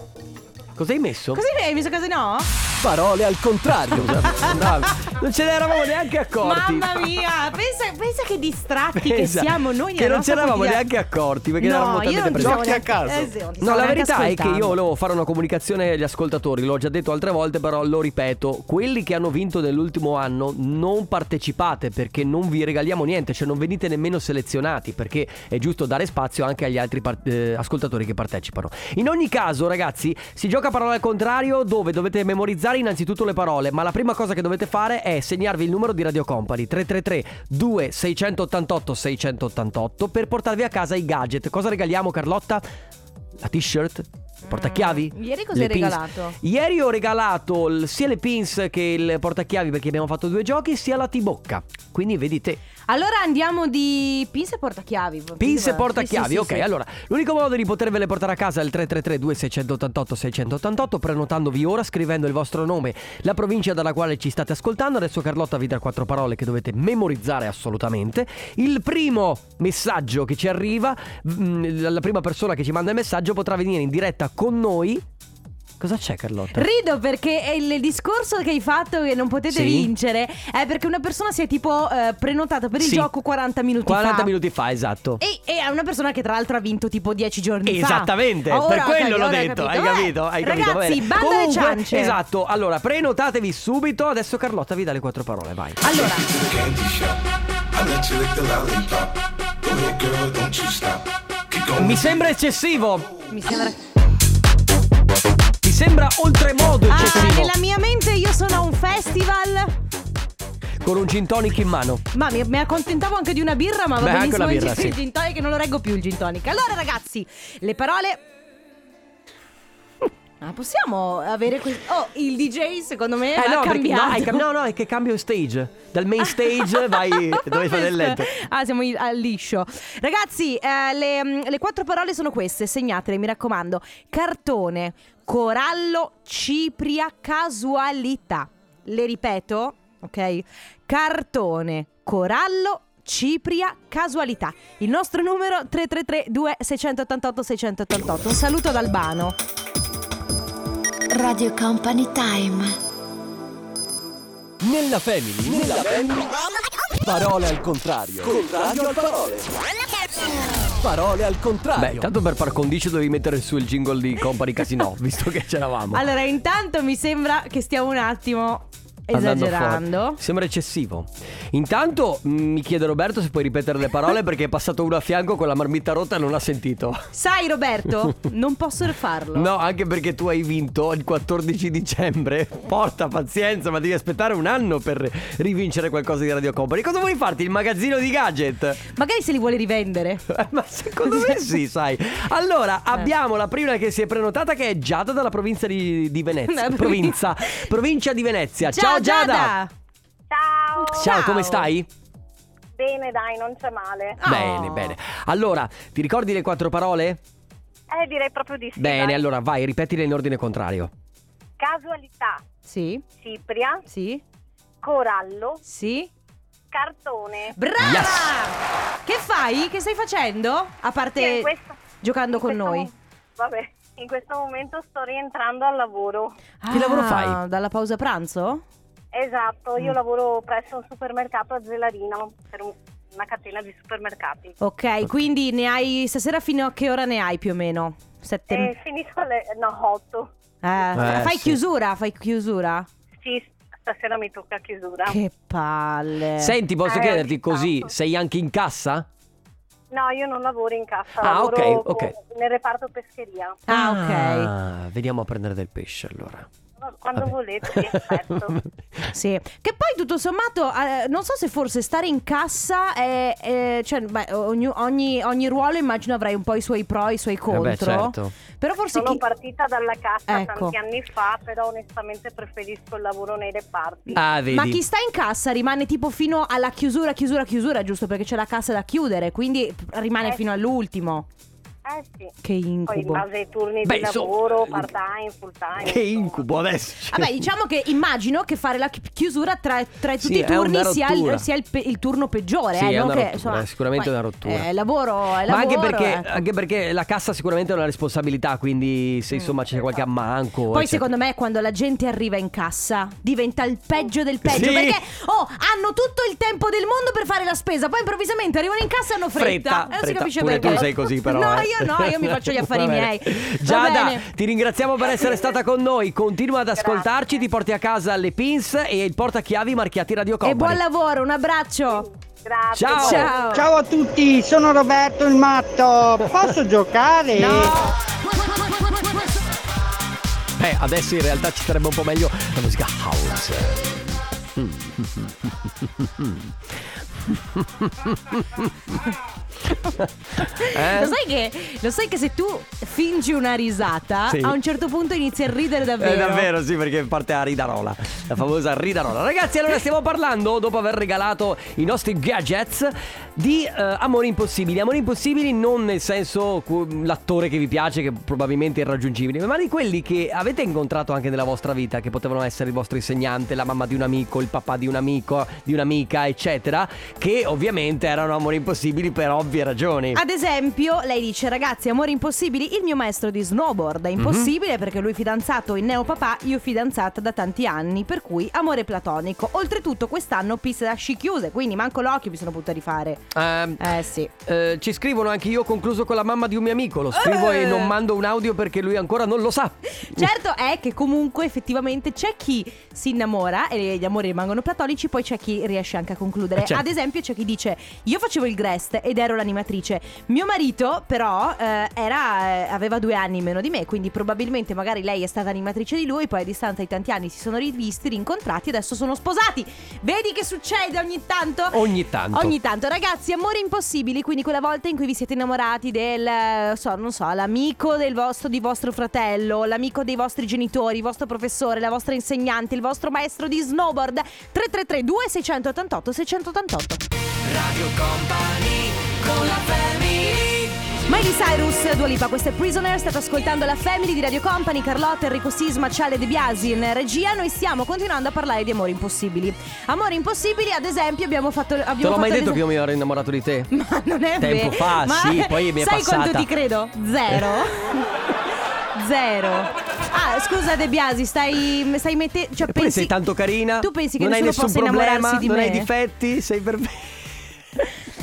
Speaker 1: Cosa hai messo?
Speaker 2: Così hai messo cose no?
Speaker 4: Parole al contrario.
Speaker 1: No, non ce ne eravamo neanche accorti.
Speaker 2: Mamma mia, pensa, pensa che distratti che
Speaker 1: Pensa
Speaker 2: siamo
Speaker 1: Esatto.
Speaker 2: noi.
Speaker 1: Che
Speaker 2: nella
Speaker 1: non ce
Speaker 2: nostra
Speaker 1: eravamo
Speaker 2: quotidiana-
Speaker 1: neanche accorti perché
Speaker 2: no,
Speaker 1: eravamo
Speaker 2: io
Speaker 1: talmente
Speaker 2: non
Speaker 1: presi.
Speaker 2: a caso.
Speaker 1: No, la verità è che io volevo fare una comunicazione agli ascoltatori, l'ho già detto altre volte, però lo ripeto, quelli che hanno vinto nell'ultimo anno non partecipate perché non vi regaliamo niente, cioè non venite nemmeno selezionati perché è giusto dare spazio anche agli altri par- eh, ascoltatori che partecipano. In ogni caso, ragazzi, si gioca a parole al contrario dove dovete memorizzare innanzitutto le parole, ma la prima cosa che dovete fare è segnarvi il numero di Radio Company 333 2688 688 per portarvi a casa i gadget. Cosa regaliamo Carlotta? La t-shirt? Il Portachiavi?
Speaker 2: Mm, ieri cosa
Speaker 1: Le
Speaker 2: hai
Speaker 1: pins?
Speaker 2: regalato?
Speaker 1: Ieri ho regalato il- sia le pins che il portachiavi perché abbiamo fatto due giochi, sia la T-bocca. Quindi vedi te.
Speaker 2: Allora andiamo di pinze e portachiavi.
Speaker 1: Pins e
Speaker 2: Sì,
Speaker 1: portachiavi,
Speaker 2: sì, sì,
Speaker 1: ok.
Speaker 2: sì.
Speaker 1: Allora, l'unico modo di potervele portare a casa è il 333-2688-688, prenotandovi ora, scrivendo il vostro nome, la provincia dalla quale ci state ascoltando. Adesso Carlotta vi dà quattro parole che dovete memorizzare assolutamente. Il primo messaggio che ci arriva, mm, la la prima persona che ci manda il messaggio potrà venire in diretta con noi. Cosa c'è Carlotta?
Speaker 2: Rido perché è il discorso che hai fatto che non potete
Speaker 1: Sì.
Speaker 2: vincere è perché una persona si è tipo eh, prenotata per il
Speaker 1: Sì.
Speaker 2: gioco 40 minuti
Speaker 1: 40
Speaker 2: fa.
Speaker 1: minuti fa, esatto.
Speaker 2: E, e è una persona che tra l'altro ha vinto tipo 10 giorni fa. Ah,
Speaker 1: Esattamente,
Speaker 2: Ora
Speaker 1: per
Speaker 2: ho
Speaker 1: quello
Speaker 2: capito,
Speaker 1: l'ho
Speaker 2: ora
Speaker 1: detto, hai capito?
Speaker 2: Vabbè,
Speaker 1: Hai capito? va
Speaker 2: Ragazzi,
Speaker 1: bene.
Speaker 2: banda alle
Speaker 1: Comunque,
Speaker 2: ciance.
Speaker 1: Esatto, allora prenotatevi subito, adesso Carlotta vi dà le quattro parole, vai.
Speaker 2: Allora,
Speaker 1: Mi sembra eccessivo,
Speaker 2: mi sembra
Speaker 1: mi sembra oltremodo
Speaker 2: Ah,
Speaker 1: eccessivo,
Speaker 2: nella mia mente io sono a un festival.
Speaker 1: con un gin tonic in mano.
Speaker 2: Ma mi, mi accontentavo anche di una birra, ma va
Speaker 1: Beh, anche
Speaker 2: benissimo
Speaker 1: una
Speaker 2: il
Speaker 1: birra,
Speaker 2: gin- il
Speaker 1: sì.
Speaker 2: gin tonic, che non lo reggo più il gin tonic. Allora, ragazzi, le parole. Ma possiamo avere questo. Oh, il DJ, secondo me, Eh, ha
Speaker 1: Eh, no, perché-
Speaker 2: cambiato.
Speaker 1: no, hai cam- no, no, è che cambio stage. Dal main stage vai dove fare il letto.
Speaker 2: Ah, siamo i- al liscio. Ragazzi, eh, le, mm, le quattro parole sono queste, segnatele, mi raccomando. Cartone, corallo, cipria, casualità. Le ripeto, ok? Cartone, corallo, cipria, casualità. Il nostro numero 333 2688 688. Un saluto ad Albano.
Speaker 7: Radio Company Time.
Speaker 4: Nella family. Nella family. Parole al contrario. Contrario al parole. Parole al
Speaker 1: Beh,
Speaker 4: contrario.
Speaker 1: tanto per par condicio dovevi mettere su il jingle di Company Casino, visto che c'eravamo.
Speaker 2: Allora, intanto mi sembra che stiamo un attimo
Speaker 1: Andando
Speaker 2: esagerando.
Speaker 1: fuori. Sembra eccessivo. Intanto mh, mi chiede Roberto se puoi ripetere le parole perché è passato uno a fianco con la marmitta rotta e non ha sentito.
Speaker 2: Sai Roberto, non posso farlo.
Speaker 1: No, anche perché tu hai vinto il 14 dicembre. Porta pazienza, ma devi aspettare un anno per rivincere qualcosa di Radio Company. Cosa vuoi farti? Il magazzino di gadget?
Speaker 2: Magari se li vuole rivendere.
Speaker 1: Eh, Ma secondo me sì, sai. Allora, abbiamo la prima che si è prenotata che è Giada dalla provincia di, di Venezia.
Speaker 2: La provin-
Speaker 1: Provincia, provincia di Venezia. Ciao, Giada.
Speaker 9: Ciao!
Speaker 1: Ciao,
Speaker 2: Ciao.
Speaker 1: come stai?
Speaker 9: Bene, dai, non c'è male.
Speaker 2: Oh.
Speaker 1: Bene, bene. Allora, ti ricordi le quattro parole?
Speaker 9: Eh, direi proprio di sì.
Speaker 1: Bene,
Speaker 9: dai.
Speaker 1: allora vai, ripetile in ordine contrario.
Speaker 9: Casualità,
Speaker 2: Sì,
Speaker 9: cipria,
Speaker 2: sì,
Speaker 9: corallo,
Speaker 2: sì.
Speaker 9: cartone.
Speaker 2: Brava!
Speaker 1: Yes!
Speaker 2: Che fai? Che stai facendo? A
Speaker 9: Io
Speaker 2: parte
Speaker 9: in questo-
Speaker 2: giocando
Speaker 9: in
Speaker 2: con
Speaker 9: questo
Speaker 2: noi.
Speaker 9: mo- Vabbè, in questo momento sto rientrando al lavoro.
Speaker 1: Che lavoro
Speaker 2: Ah,
Speaker 1: fai?
Speaker 2: Dalla pausa pranzo?
Speaker 9: Esatto,
Speaker 2: Mm.
Speaker 9: io lavoro presso un supermercato a Zelarino per un- una catena di supermercati.
Speaker 2: Ok, quindi ne hai stasera fino a che ora ne hai più o meno? Sette.
Speaker 9: E finito le... no, 8.
Speaker 2: Eh,
Speaker 1: Eh,
Speaker 2: fai
Speaker 1: sì.
Speaker 2: chiusura, fai chiusura.
Speaker 9: Sì, stasera mi tocca chiusura.
Speaker 2: Che palle.
Speaker 1: Senti, posso
Speaker 9: Eh,
Speaker 1: chiederti
Speaker 9: ogni
Speaker 1: così,
Speaker 9: tanto.
Speaker 1: sei anche in cassa?
Speaker 9: No, io non lavoro in cassa,
Speaker 1: Ah,
Speaker 9: lavoro
Speaker 1: ok, ok.
Speaker 9: con- nel reparto pescheria.
Speaker 2: Ah, ok.
Speaker 1: Ah, Veniamo a prendere del pesce allora.
Speaker 9: Quando volete, vi aspetto.
Speaker 2: Sì. Che poi tutto sommato, eh, non so se forse stare in cassa è. è- cioè, beh, ogni, ogni- ogni ruolo immagino avrai un po' i suoi pro e i suoi contro.
Speaker 1: Vabbè, Eh certo.
Speaker 2: Però forse
Speaker 9: Sono
Speaker 2: chi.
Speaker 9: partita dalla cassa
Speaker 2: Ecco.
Speaker 9: tanti anni fa, però onestamente preferisco il lavoro nei reparti.
Speaker 1: Ah, vedi.
Speaker 2: Ma chi sta in cassa rimane tipo fino alla chiusura, chiusura, chiusura, giusto? Perché c'è la cassa da chiudere, quindi rimane
Speaker 9: Eh.
Speaker 2: fino all'ultimo.
Speaker 9: Eh sì.
Speaker 2: Che
Speaker 9: Poi in
Speaker 2: incubo.
Speaker 9: base ai turni
Speaker 1: Beh,
Speaker 9: di
Speaker 1: insomma, eh,
Speaker 9: lavoro, part time, full time.
Speaker 1: Che
Speaker 9: insomma.
Speaker 1: incubo adesso. cioè.
Speaker 2: Vabbè, diciamo che immagino che fare la chi- chiusura tra, tra
Speaker 1: Sì,
Speaker 2: tutti i
Speaker 1: è una
Speaker 2: turni sia,
Speaker 1: rottura.
Speaker 2: il, sia il pe- il turno peggiore.
Speaker 1: Sì,
Speaker 2: eh,
Speaker 1: è
Speaker 2: non
Speaker 1: una
Speaker 2: che,
Speaker 1: rottura,
Speaker 2: insomma,
Speaker 1: è sicuramente
Speaker 2: poi,
Speaker 1: una rottura.
Speaker 2: È lavoro, è lavoro.
Speaker 1: Ma anche perché,
Speaker 2: eh.
Speaker 1: anche perché la cassa sicuramente è una responsabilità, quindi se insomma c'è qualche ammanco.
Speaker 2: Mm, certo. Poi
Speaker 1: eccetera.
Speaker 2: secondo me quando la gente arriva in cassa diventa il peggio del peggio
Speaker 1: Sì.
Speaker 2: perché oh, hanno tutto il tempo del mondo per fare la spesa, poi improvvisamente arrivano in cassa e hanno fretta.
Speaker 1: Fretta,
Speaker 2: Eh, non si
Speaker 1: fretta.
Speaker 2: capisce
Speaker 1: Pure
Speaker 2: perché.
Speaker 1: tu sei così però
Speaker 2: No,
Speaker 1: eh.
Speaker 2: io no, io mi faccio gli affari
Speaker 1: Va bene.
Speaker 2: miei. Va
Speaker 1: Giada,
Speaker 2: bene.
Speaker 1: ti ringraziamo per essere stata con noi Continua ad ascoltarci, ti porti a casa le pins e il portachiavi marchiati Radio
Speaker 2: E
Speaker 1: Company
Speaker 2: buon lavoro, un abbraccio.
Speaker 9: Grazie.
Speaker 1: Ciao.
Speaker 2: Ciao.
Speaker 7: Ciao a tutti, sono Roberto il matto. Posso giocare?
Speaker 1: Eh, adesso in realtà ci sarebbe un po' meglio la musica house. Eh?
Speaker 2: Lo, sai che, lo sai che se tu fingi una risata,
Speaker 1: Sì.
Speaker 2: a un certo punto inizi a ridere davvero.
Speaker 1: Eh, davvero, sì, perché parte la ridarola, la famosa ridarola. Ragazzi, allora stiamo parlando, dopo aver regalato i nostri gadgets, di eh, amori impossibili. Amori impossibili non nel senso cu- l'attore che vi piace, che probabilmente è irraggiungibile, ma di quelli che avete incontrato anche nella vostra vita, che potevano essere il vostro insegnante, la mamma di un amico, il papà di un amico, di un'amica, eccetera, che ovviamente erano amori impossibili per ovvie ragioni.
Speaker 2: Ad esempio, lei dice: Ragazzi, amori impossibili. Il mio maestro di snowboard è impossibile perché lui è fidanzato in neopapà, io fidanzata da tanti anni. Per cui amore platonico. Oltretutto, quest'anno piste da sci chiuse, quindi manco l'occhio mi sono potuta rifare.
Speaker 1: Ehm,
Speaker 2: Eh sì.
Speaker 1: Eh, ci scrivono anche io ho concluso con la mamma di un mio amico. Lo scrivo
Speaker 2: Eh.
Speaker 1: e non mando un audio perché lui ancora non lo sa.
Speaker 2: Certo è che comunque effettivamente c'è chi si innamora e gli amori rimangono platonici, poi c'è chi riesce anche a concludere.
Speaker 1: Eh, certo.
Speaker 2: Ad esempio c'è chi dice "Io facevo il guest ed ero l'animatrice. Mio marito però eh, era, eh, aveva due anni meno di me, quindi probabilmente magari lei è stata animatrice di lui, poi a distanza di tanti anni si sono rivisti, rincontrati e adesso sono sposati. Vedi che succede ogni tanto?
Speaker 1: Ogni tanto.
Speaker 2: Ogni tanto, ragazzi, amori impossibili, quindi quella volta in cui vi siete innamorati del, eh, so, non so, l'amico del vostro, di vostro fratello, l'amico dei vostri genitori, il vostro professore, la vostra insegnante, il vostro maestro di snowboard, 333 2688 688. Miley Cyrus, Dua Lipa, questo è Prisoner, state ascoltando la Family di Radio Company, Carlotta, Enrico Sisma, Ciale De Biasi in regia, noi stiamo continuando a parlare di amori impossibili. Amori impossibili, ad esempio, abbiamo fatto... Abbiamo
Speaker 1: Te l'ho mai
Speaker 2: fatto
Speaker 1: detto
Speaker 2: l'esempio-
Speaker 1: che io mi ero innamorato di te?
Speaker 2: Ma non è
Speaker 1: Tempo
Speaker 2: vero.
Speaker 1: fa,
Speaker 2: Ma
Speaker 1: sì, poi mi è
Speaker 2: sai
Speaker 1: passata.
Speaker 2: quanto ti credo? Zero. Zero. Ah, scusa De Biasi, stai, stai mettendo... Cioè,
Speaker 1: Eppure
Speaker 2: pensi...
Speaker 1: sei tanto carina.
Speaker 2: Tu pensi che
Speaker 1: non hai
Speaker 2: nessuno
Speaker 1: nessun
Speaker 2: possa
Speaker 1: problema,
Speaker 2: innamorarsi di
Speaker 1: non
Speaker 2: me?
Speaker 1: hai difetti, sei perfetto.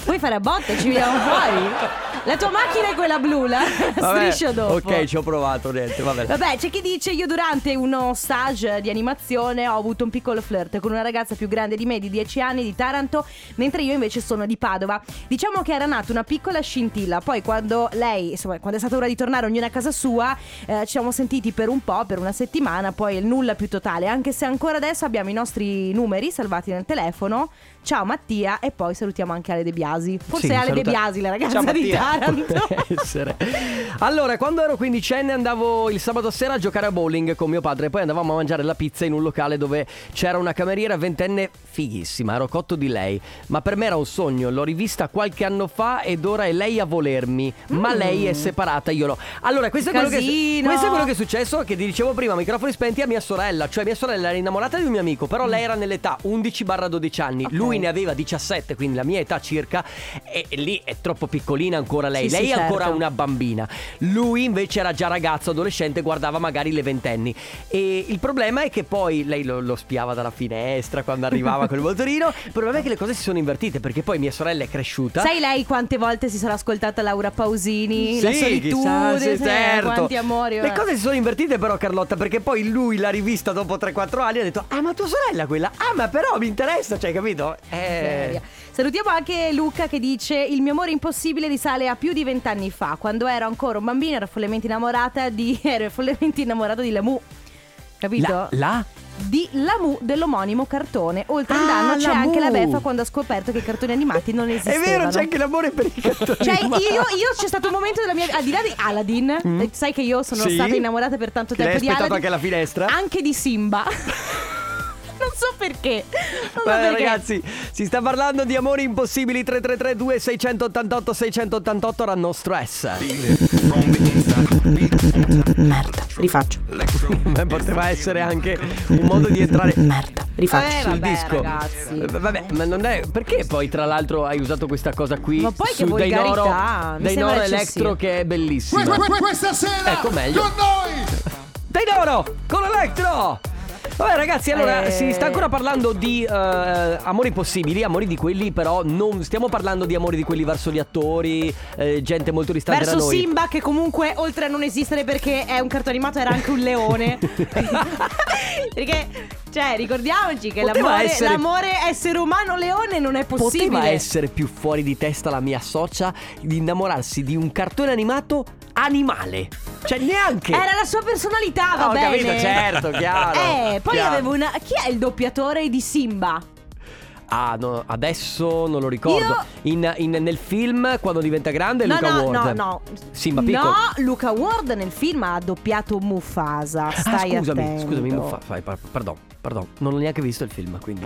Speaker 2: Puoi fare a botte, ci vediamo fuori. La tua macchina è quella blu, la
Speaker 1: Vabbè,
Speaker 2: striscia dopo.
Speaker 1: Ok, ci ho provato, niente, vabbè.
Speaker 2: Vabbè, c'è chi dice io durante uno stage di animazione ho avuto un piccolo flirt con una ragazza più grande di me di 10 anni di Taranto, mentre io invece sono di Padova. Diciamo che era nata una piccola scintilla, poi quando lei, insomma, quando è stata ora di tornare ognuna a casa sua, eh, ci siamo sentiti per un po', per una settimana, poi il nulla più totale, anche se ancora adesso abbiamo i nostri numeri salvati nel telefono. Ciao Mattia e poi salutiamo anche Ale De Biasi. Forse
Speaker 1: Sì,
Speaker 2: è Ale
Speaker 1: saluta-
Speaker 2: De Biasi la ragazza
Speaker 1: Ciao,
Speaker 2: di
Speaker 1: Mattia.
Speaker 2: Taranto.
Speaker 1: Può essere. Allora, quando ero quindicenne andavo il sabato sera a giocare a bowling con mio padre, poi andavamo a mangiare la pizza in un locale dove c'era una cameriera ventenne fighissima, ero cotto di lei, ma per me era un sogno, l'ho rivista qualche anno fa ed ora è lei a volermi, ma lei è separata, io no. Allora, questo è, quello che,
Speaker 2: Mm. Casino.
Speaker 1: questo è quello che è successo, che ti dicevo prima, microfoni spenti a mia sorella, cioè mia sorella era innamorata di un mio amico, però
Speaker 2: Mm.
Speaker 1: lei era nell'età 11-12 anni, lui ne aveva 17, quindi la mia età circa, e, e lì è troppo piccolina ancora lei,
Speaker 2: Sì,
Speaker 1: lei
Speaker 2: sì,
Speaker 1: è ancora
Speaker 2: certo.
Speaker 1: una bambina, lui invece era già ragazzo, adolescente, guardava magari le ventenni e il problema è che poi lei lo, lo spiava dalla finestra quando arrivava col motorino, il problema è che le cose si sono invertite perché poi mia sorella è cresciuta.
Speaker 2: Sai lei quante volte si sarà ascoltata Laura Pausini? la
Speaker 1: Sì,
Speaker 2: solitudine,
Speaker 1: chissà, sì,
Speaker 2: sai,
Speaker 1: certo.
Speaker 2: quanti amori.
Speaker 1: Le
Speaker 2: eh.
Speaker 1: cose si sono invertite però Carlotta perché poi lui l'ha rivista dopo 3-4 anni e ha detto ah ma tua sorella quella, ah ma però mi interessa, cioè capito? Eh...
Speaker 2: Miseria. Salutiamo anche Luca che dice Il mio amore impossibile risale a più di vent'anni fa Quando ero ancora un bambino ero follemente innamorata di... Ero follemente innamorata di Lamu capito?
Speaker 1: La, la?
Speaker 2: Di Lamu dell'omonimo cartone. Oltre al
Speaker 1: Ah,
Speaker 2: danno c'è
Speaker 1: Lamu.
Speaker 2: anche la beffa quando ha scoperto che i cartoni animati non
Speaker 1: È
Speaker 2: esistevano.
Speaker 1: vero, c'è anche l'amore per i cartoni.
Speaker 2: Cioè, io,
Speaker 1: animati.
Speaker 2: io c'è stato un momento della mia Al di là di Aladdin, eh, sai che io sono
Speaker 1: Mm. Sì.
Speaker 2: stata innamorata per tanto
Speaker 1: Che l'hai
Speaker 2: tempo di
Speaker 1: aspettato
Speaker 2: Aladdin.
Speaker 1: anche alla finestra?
Speaker 2: Anche di Simba. non so perché. Non so
Speaker 1: Beh,
Speaker 2: perché.
Speaker 1: Eh, ragazzi, si sta parlando di amori impossibili 3332 688 688 Ranno stress.
Speaker 2: Merda, rifaccio.
Speaker 1: Beh, poteva essere anche un modo di entrare
Speaker 2: Merda, rifaccio.
Speaker 1: sul
Speaker 2: Eh, vabbè,
Speaker 1: disco.
Speaker 2: ragazzi.
Speaker 1: Eh, Vabbè, ma non è perché poi tra l'altro hai usato questa cosa qui
Speaker 2: Ma poi che
Speaker 1: su Dei Noro,
Speaker 2: volgarità, mi
Speaker 1: Dei
Speaker 2: sembra
Speaker 1: Noro
Speaker 2: eccessivo.
Speaker 1: Electro che è bellissima.
Speaker 8: Que- que- que- Questa sera
Speaker 1: Ecco, meglio.
Speaker 8: con noi
Speaker 1: Dei Noro con Electro. Vabbè ragazzi, allora
Speaker 2: Eh.
Speaker 1: si sta ancora parlando di eh, amori possibili, amori di quelli però non stiamo parlando di amori di quelli verso gli attori, eh, gente molto distante
Speaker 2: Verso
Speaker 1: da noi.
Speaker 2: Simba che comunque oltre a non esistere perché è un cartone animato era anche un leone. perché cioè ricordiamoci che
Speaker 1: Poteva
Speaker 2: l'amore,
Speaker 1: essere-
Speaker 2: l'amore essere umano leone non è possibile.
Speaker 1: Poteva essere più fuori di testa la mia socia di innamorarsi di un cartone animato animale. Cioè neanche.
Speaker 2: Era la sua personalità,
Speaker 1: Ah,
Speaker 2: va
Speaker 1: ho
Speaker 2: bene.
Speaker 1: capito, certo, chiaro.
Speaker 2: Eh, poi
Speaker 1: Chiaro.
Speaker 2: avevo una chi è il doppiatore di Simba?
Speaker 1: Ah, no, adesso non lo ricordo. In- in- nel film, quando diventa grande, è
Speaker 2: no,
Speaker 1: Luca
Speaker 2: no,
Speaker 1: Ward.
Speaker 2: no, no.
Speaker 1: Simba piccolo.
Speaker 2: No, Luca Ward nel film ha doppiato Mufasa.
Speaker 1: Ah,
Speaker 2: Stai
Speaker 1: scusami,
Speaker 2: attento. Eh,
Speaker 1: scusami, non fa- fai, par- pardon, pardon, non ho neanche visto il film, quindi.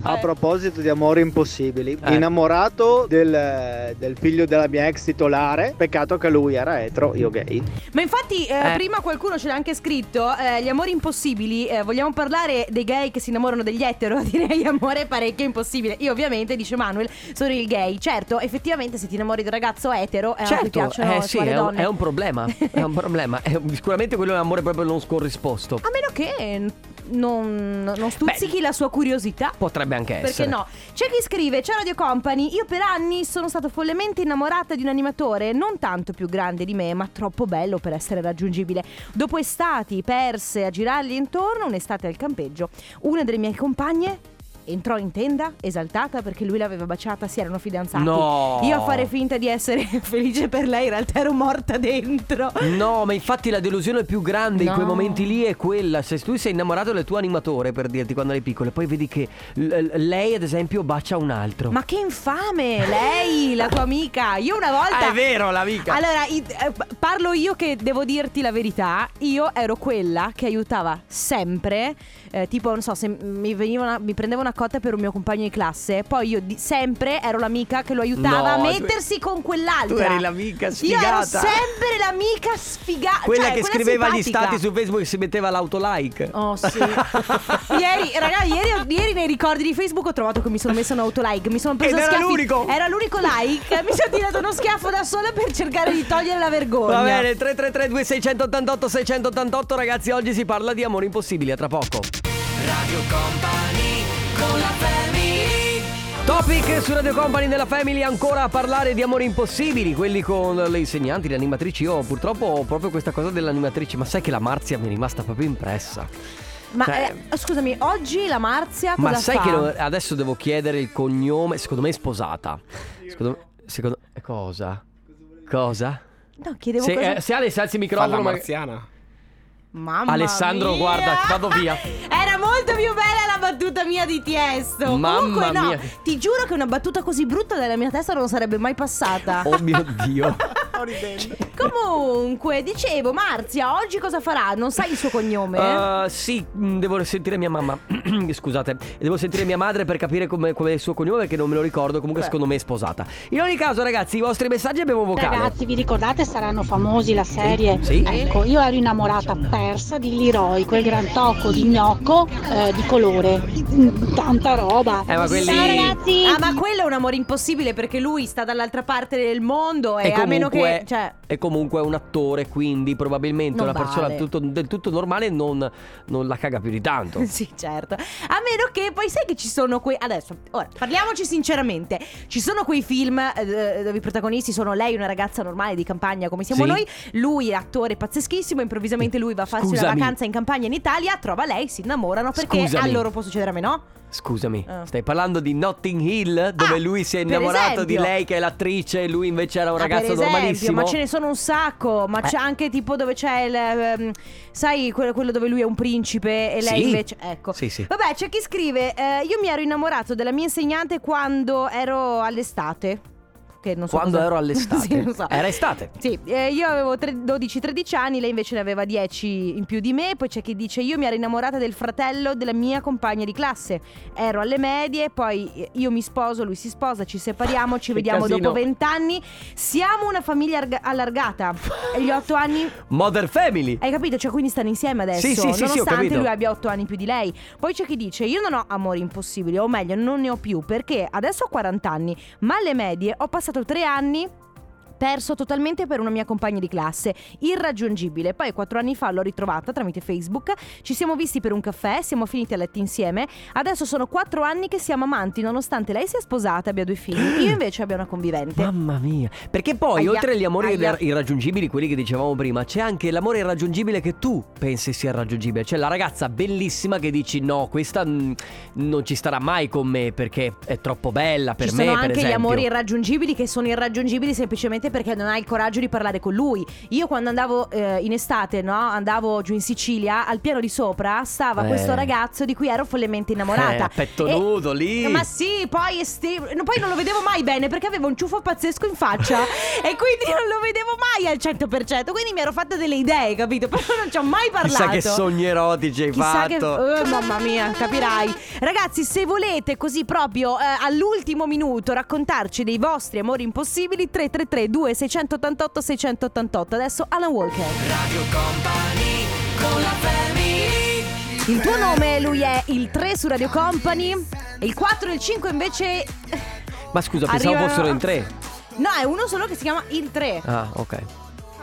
Speaker 10: A proposito di amori impossibili,
Speaker 1: Eh.
Speaker 10: innamorato del, del figlio della mia ex titolare, peccato che lui era etero, io gay.
Speaker 2: Ma infatti, eh,
Speaker 1: Eh.
Speaker 2: prima qualcuno ce l'ha anche scritto: eh, gli amori impossibili. eh, vogliamo parlare dei gay che si innamorano degli etero? Direi amore parecchio impossibile. Io, ovviamente, dice Manuel, sono il gay. Certo, effettivamente, se ti innamori di un ragazzo etero, eh, ti
Speaker 1: certo,
Speaker 2: piacciono
Speaker 1: eh,
Speaker 2: solo
Speaker 1: sì,
Speaker 2: le
Speaker 1: è un,
Speaker 2: donne.
Speaker 1: è un problema, è un problema. È un- sicuramente quello è un amore proprio non scorrisposto.
Speaker 2: A meno che n- non, non stuzzichi la sua curiosità.
Speaker 1: Potrebbe anche essere.
Speaker 2: Perché no? C'è chi scrive, ciao Radio Company, io per anni sono stato follemente innamorata di un animatore non tanto più grande di me, ma troppo bello per essere raggiungibile. Dopo estati perse a girargli intorno, un'estate al campeggio, una delle mie compagne entrò in tenda esaltata perché lui l'aveva baciata, si erano fidanzati.
Speaker 1: No.
Speaker 2: Io a fare finta di essere felice per lei, in realtà ero morta dentro.
Speaker 1: No, ma infatti la delusione più grande in quei
Speaker 2: No.
Speaker 1: momenti lì è quella. Se tu sei innamorato del tuo animatore, per dirti quando eri piccolo, e poi vedi che l- l- lei, ad esempio, bacia un altro.
Speaker 2: Ma che infame! Lei, la tua amica. Io una volta.
Speaker 1: Ah, è vero, l'amica.
Speaker 2: Allora, i- eh, parlo io che devo dirti la verità. Io ero quella che aiutava sempre. eh, tipo, non so, se mi, veniva una- mi prendeva una cotta per un mio compagno di classe. Poi io di- sempre ero l'amica che lo aiutava
Speaker 1: No,
Speaker 2: a
Speaker 1: tu-
Speaker 2: mettersi con quell'altra.
Speaker 1: tu eri l'amica
Speaker 2: Io ero
Speaker 1: sfigata.
Speaker 2: sempre l'amica sfigata.
Speaker 1: quella che scriveva gli
Speaker 2: cioè, simpatica.
Speaker 1: stati su Facebook e si metteva l'autolike.
Speaker 2: Oh sì. ieri, raga, ieri, ieri nei ricordi di Facebook ho trovato che mi sono messa un autolike. Mi sono preso
Speaker 1: Ed era
Speaker 2: schiaffi.
Speaker 1: l'unico.
Speaker 2: Era l'unico like. Mi sono tirato uno schiaffo da sola per cercare di togliere la vergogna.
Speaker 1: Va bene, 333 2688 688 ragazzi, oggi si parla di amori impossibili, a tra poco. Topic su Radio Company della Family ancora a parlare di amori impossibili, quelli con le insegnanti, le animatrici. Io purtroppo ho proprio questa cosa dell'animatrice, ma sai che la Marzia mi è rimasta proprio impressa.
Speaker 2: Ma
Speaker 1: Cioè-
Speaker 2: eh, scusami, oggi la Marzia cosa
Speaker 1: Ma sai
Speaker 2: fa?
Speaker 1: che non- adesso devo chiedere il cognome, secondo me è sposata. Secondo secondo cosa? Cosa?
Speaker 2: No, chiedevo
Speaker 1: se,
Speaker 2: cosa...
Speaker 1: eh, se Ale alzi il microfono, ma-
Speaker 2: Mamma
Speaker 1: Alessandro,
Speaker 2: mia.
Speaker 1: guarda, vado via.
Speaker 2: Era molto più bella la battuta mia di Tiesto.
Speaker 1: Mamma
Speaker 2: Comunque no,
Speaker 1: mia.
Speaker 2: ti giuro che una battuta così brutta dalla mia testa non sarebbe mai passata.
Speaker 1: Oh mio Dio.
Speaker 2: Comunque, dicevo, Marzia, oggi cosa farà? Non sai il suo cognome? eh?
Speaker 1: Uh, sì, mh, devo sentire mia mamma. Scusate, devo sentire mia madre per capire come, come è il suo cognome, perché non me lo ricordo. Comunque, secondo me è sposata. In ogni caso, ragazzi, i vostri messaggi abbiamo vocale.
Speaker 11: Ragazzi, vi ricordate saranno famosi la serie?
Speaker 1: Sì.
Speaker 11: Ecco, io ero innamorata persa di Leroy, quel gran tocco di gnocco eh, di colore. Mm, Tanta roba.
Speaker 1: Eh, ma quelli-
Speaker 11: Ciao ragazzi!
Speaker 2: Ah, ma quello è un amore impossibile perché lui sta dall'altra parte del mondo e,
Speaker 1: E
Speaker 2: a meno che.
Speaker 1: comunque-
Speaker 2: Cioè,
Speaker 1: È comunque un attore, quindi probabilmente
Speaker 2: Non
Speaker 1: una persona
Speaker 2: vale.
Speaker 1: tutto- del tutto normale non, non la caga più di tanto.
Speaker 2: sì, certo. A meno che poi sai che ci sono quei. Adesso, ora, parliamoci sinceramente. Ci sono quei film eh, dove i protagonisti sono lei, una ragazza normale di campagna come siamo
Speaker 1: Sì.
Speaker 2: noi. Lui è attore pazzeschissimo. Improvvisamente lui va a farsi una
Speaker 1: Scusami.
Speaker 2: vacanza in campagna in Italia, trova lei, si innamorano perché
Speaker 1: Scusami.
Speaker 2: a loro può succedere a me, no?
Speaker 1: Scusami,
Speaker 2: Ah.
Speaker 1: stai parlando di Notting Hill dove
Speaker 2: Ah,
Speaker 1: lui si è
Speaker 2: per
Speaker 1: innamorato di
Speaker 2: esempio.
Speaker 1: lei che è l'attrice e lui invece era un
Speaker 2: Ah, per
Speaker 1: ragazzo
Speaker 2: esempio,
Speaker 1: normalissimo? Eh.
Speaker 2: Ma ce ne sono un sacco. Ma c'è anche tipo dove c'è il. ehm, sai, quello, quello dove lui è un principe e lei
Speaker 1: Sì.
Speaker 2: invece. Ecco.
Speaker 1: Sì, sì.
Speaker 2: Vabbè, c'è chi scrive: eh, Io mi ero innamorato della mia insegnante quando ero all'estate. Che non so
Speaker 1: Quando
Speaker 2: cosa-
Speaker 1: ero all'estate.
Speaker 2: Sì, non so.
Speaker 1: Era estate.
Speaker 2: Sì, eh, io avevo tre- 12-13 anni, lei invece ne aveva 10 in più di me. Poi c'è chi dice: Io mi ero innamorata del fratello della mia compagna di classe. Ero alle medie, poi io mi sposo, lui si sposa, ci separiamo, ci
Speaker 1: Che
Speaker 2: vediamo
Speaker 1: casino.
Speaker 2: dopo 20 anni. Siamo una famiglia arg- allargata. E gli 8 anni.
Speaker 1: Mother Family.
Speaker 2: Hai capito? Cioè, quindi stanno insieme adesso.
Speaker 1: Sì, sì, sì, sì, ho
Speaker 2: nonostante
Speaker 1: capito.
Speaker 2: lui abbia 8 anni più di lei. Poi c'è chi dice: Io non ho amori impossibili, o meglio, non ne ho più perché adesso ho 40 anni, ma alle medie ho passato 3 anni. Perso totalmente per una mia compagna di classe, irraggiungibile. Poi quattro anni fa l'ho ritrovata tramite Facebook. Ci siamo visti per un caffè, siamo finiti a letto insieme. Adesso sono quattro anni che siamo amanti, nonostante lei sia sposata, abbia due figli. Io invece abbia una convivente.
Speaker 1: Mamma mia. Perché poi,
Speaker 2: Aia,
Speaker 1: oltre agli amori
Speaker 2: aia.
Speaker 1: irra- irraggiungibili, quelli che dicevamo prima, c'è anche l'amore irraggiungibile che tu pensi sia irraggiungibile. Cioè la ragazza bellissima che dici no, questa mm, non ci starà mai con me perché è troppo bella per
Speaker 2: Ci
Speaker 1: me,
Speaker 2: sono
Speaker 1: per
Speaker 2: anche
Speaker 1: esempio. Eh,
Speaker 2: gli amori irraggiungibili che sono irraggiungibili semplicemente perché non hai il coraggio di parlare con lui. Io quando andavo eh, in estate, no? andavo giù in Sicilia, al piano di sopra stava
Speaker 1: Eh.
Speaker 2: questo ragazzo di cui ero follemente
Speaker 1: Eh,
Speaker 2: innamorata.
Speaker 1: a petto
Speaker 2: E-
Speaker 1: nudo lì.
Speaker 2: Ma sì, poi, esti- no, poi non lo vedevo mai bene perché aveva un ciuffo pazzesco in faccia e quindi non lo vedevo mai al 100%. Quindi mi ero fatta delle idee, capito? Però non ci ho mai parlato.
Speaker 1: Chissà che sogni erotici hai
Speaker 2: Chissà che.
Speaker 1: fatto.
Speaker 2: Eh, mamma mia, capirai. Ragazzi, se volete così proprio eh, all'ultimo minuto raccontarci dei vostri amori impossibili, 333 2688 688. Adesso Alan Walker. Il tuo nome, lui è il 3 su Radio Company. E il 4 e il 5 invece.
Speaker 1: Ma scusa, pensavo
Speaker 2: Arrivano-
Speaker 1: fossero in tre.
Speaker 2: No, è uno solo che si chiama il 3.
Speaker 1: Ah, ok.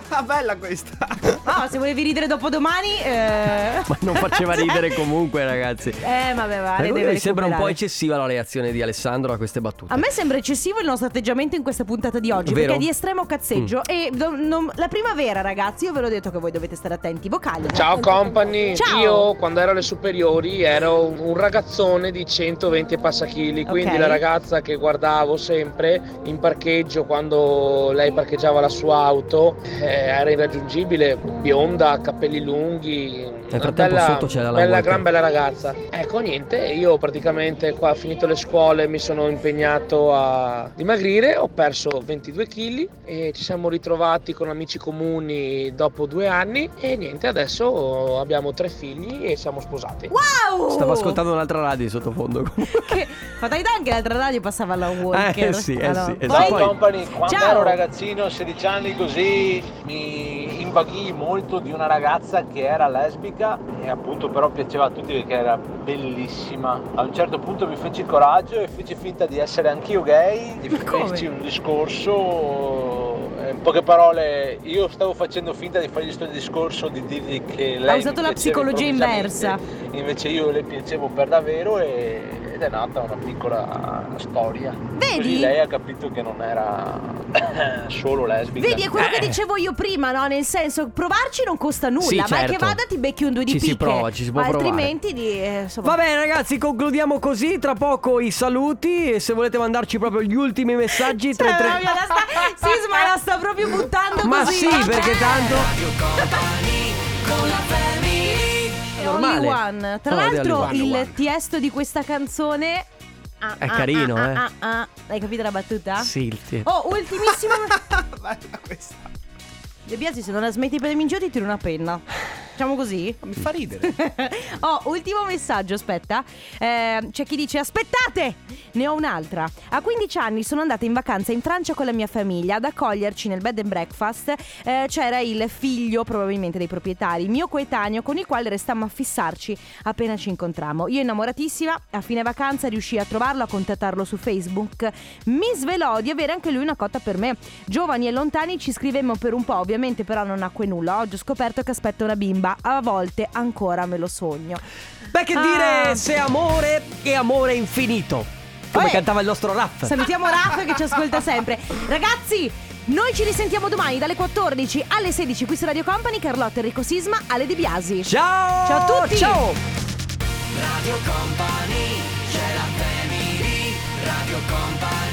Speaker 12: Ah, bella questa.
Speaker 2: Ah, se volevi ridere dopo domani. Eh...
Speaker 1: Ma non faceva ridere comunque, ragazzi.
Speaker 2: Eh, vabbè, va,
Speaker 1: Per
Speaker 2: le
Speaker 1: cui
Speaker 2: deve
Speaker 1: mi sembra un po'
Speaker 2: recuperare.
Speaker 1: eccessiva la reazione di Alessandro a queste battute.
Speaker 2: A me sembra eccessivo il nostro atteggiamento in questa puntata di
Speaker 1: Vero?
Speaker 2: oggi
Speaker 1: Mm.
Speaker 2: perché è di estremo cazzeggio e do- non- la primavera ragazzi io ve l'ho detto che voi dovete stare attenti vocali.
Speaker 13: Ciao company,
Speaker 2: Ciao.
Speaker 13: io quando ero alle superiori ero un un ragazzone di 120 e passa chili, quindi
Speaker 2: Ok.
Speaker 13: la ragazza che guardavo sempre in parcheggio quando lei parcheggiava la sua auto eh, era irraggiungibile, bionda, capelli lunghi,
Speaker 1: Nel
Speaker 13: una
Speaker 1: frattempo
Speaker 13: bella,
Speaker 1: sotto c'è la
Speaker 13: bella,
Speaker 1: Walker.
Speaker 13: gran bella ragazza. Ecco niente, io praticamente qua ho finito le scuole, mi sono impegnato a dimagrire, ho perso 22 kg e ci siamo ritrovati con amici comuni dopo due anni e niente, adesso abbiamo tre figli e siamo sposati.
Speaker 2: Wow!
Speaker 1: Stavo ascoltando un'altra radio di sottofondo. comunque.
Speaker 2: Ma dai, dai, anche l'altra radio passava alla Walker.
Speaker 1: Eh, sì, eh,
Speaker 2: Allora.
Speaker 1: sì, esatto.
Speaker 2: Poi-
Speaker 1: Poi-
Speaker 14: Company, quando
Speaker 2: Ciao.
Speaker 14: ero ragazzino, 16 anni così, mi invaghii molto di una ragazza che era lesbica e appunto però piaceva a tutti perché era bellissima. A un certo punto mi feci coraggio e feci finta di essere anch'io gay, gli feci un discorso, eh, in poche parole io stavo facendo finta di fargli questo discorso, di dirgli che lei...
Speaker 2: Ha
Speaker 14: mi
Speaker 2: usato la
Speaker 14: piaceva
Speaker 2: psicologia
Speaker 14: improvvisamente,
Speaker 2: inversa.
Speaker 14: Invece io le piacevo per davvero e- ed è nata una piccola storia.
Speaker 2: Vedi?
Speaker 14: Così lei ha capito che non era solo lesbica.
Speaker 2: Vedi, è quello che
Speaker 14: Eh.
Speaker 2: dicevo io prima, no? Nel senso, provarci non costa nulla,
Speaker 1: Sì,
Speaker 2: ma
Speaker 1: certo.
Speaker 2: che vada ti becchi un due di
Speaker 1: Ci si
Speaker 2: picche.
Speaker 1: prova, ci si può provare.
Speaker 2: Altrimenti di eh, insomma.
Speaker 1: Va bene ragazzi, concludiamo così, tra poco i saluti e se volete mandarci proprio gli ultimi messaggi
Speaker 2: Cioè,
Speaker 1: 33
Speaker 2: proprio la sta- Sisma la sta proprio buttando
Speaker 1: Ma
Speaker 2: così.
Speaker 1: sì, perché tanto-
Speaker 2: È
Speaker 1: normale.
Speaker 2: Only One. Tra
Speaker 1: No, è
Speaker 2: l'altro,
Speaker 1: Only
Speaker 2: il
Speaker 1: One.
Speaker 2: tiesto di questa canzone. ah,
Speaker 1: È
Speaker 2: ah,
Speaker 1: carino,
Speaker 2: ah,
Speaker 1: eh.
Speaker 2: ah, ah. Hai capito la battuta?
Speaker 1: Sì, il ti-
Speaker 2: Oh, ultimissimo. De Biasi, se non la smetti per i minchio, ti tiro una penna. Diciamo così? Mi fa ridere. oh, ultimo messaggio, aspetta. Eh, c'è chi dice: Aspettate! Ne ho un'altra. A 15 anni sono andata in vacanza in Francia con la mia famiglia. Ad accoglierci nel bed and breakfast eh, c'era il figlio, probabilmente dei proprietari, mio coetaneo, con il quale restammo a fissarci appena ci incontrammo. Io, innamoratissima, a fine vacanza riuscii a trovarlo, a contattarlo su Facebook. Mi svelò di avere anche lui una cotta per me. Giovani e lontani ci scrivemmo per un po', ovviamente però non nacque nulla. Oggi ho scoperto che aspetto una bimba, a volte ancora me lo sogno.
Speaker 1: Beh che
Speaker 2: Ah.
Speaker 1: dire se amore e amore infinito Come
Speaker 2: Eh.
Speaker 1: cantava il nostro Raff
Speaker 2: Salutiamo Raf che ci ascolta sempre. Ragazzi, noi ci risentiamo domani dalle 14 alle 16 qui su Radio Company, Carlotta Enrico Sisma, Ale De Biasi.
Speaker 1: Ciao!
Speaker 2: Ciao a tutti!
Speaker 1: Ciao!
Speaker 3: Radio Company, c'è compagno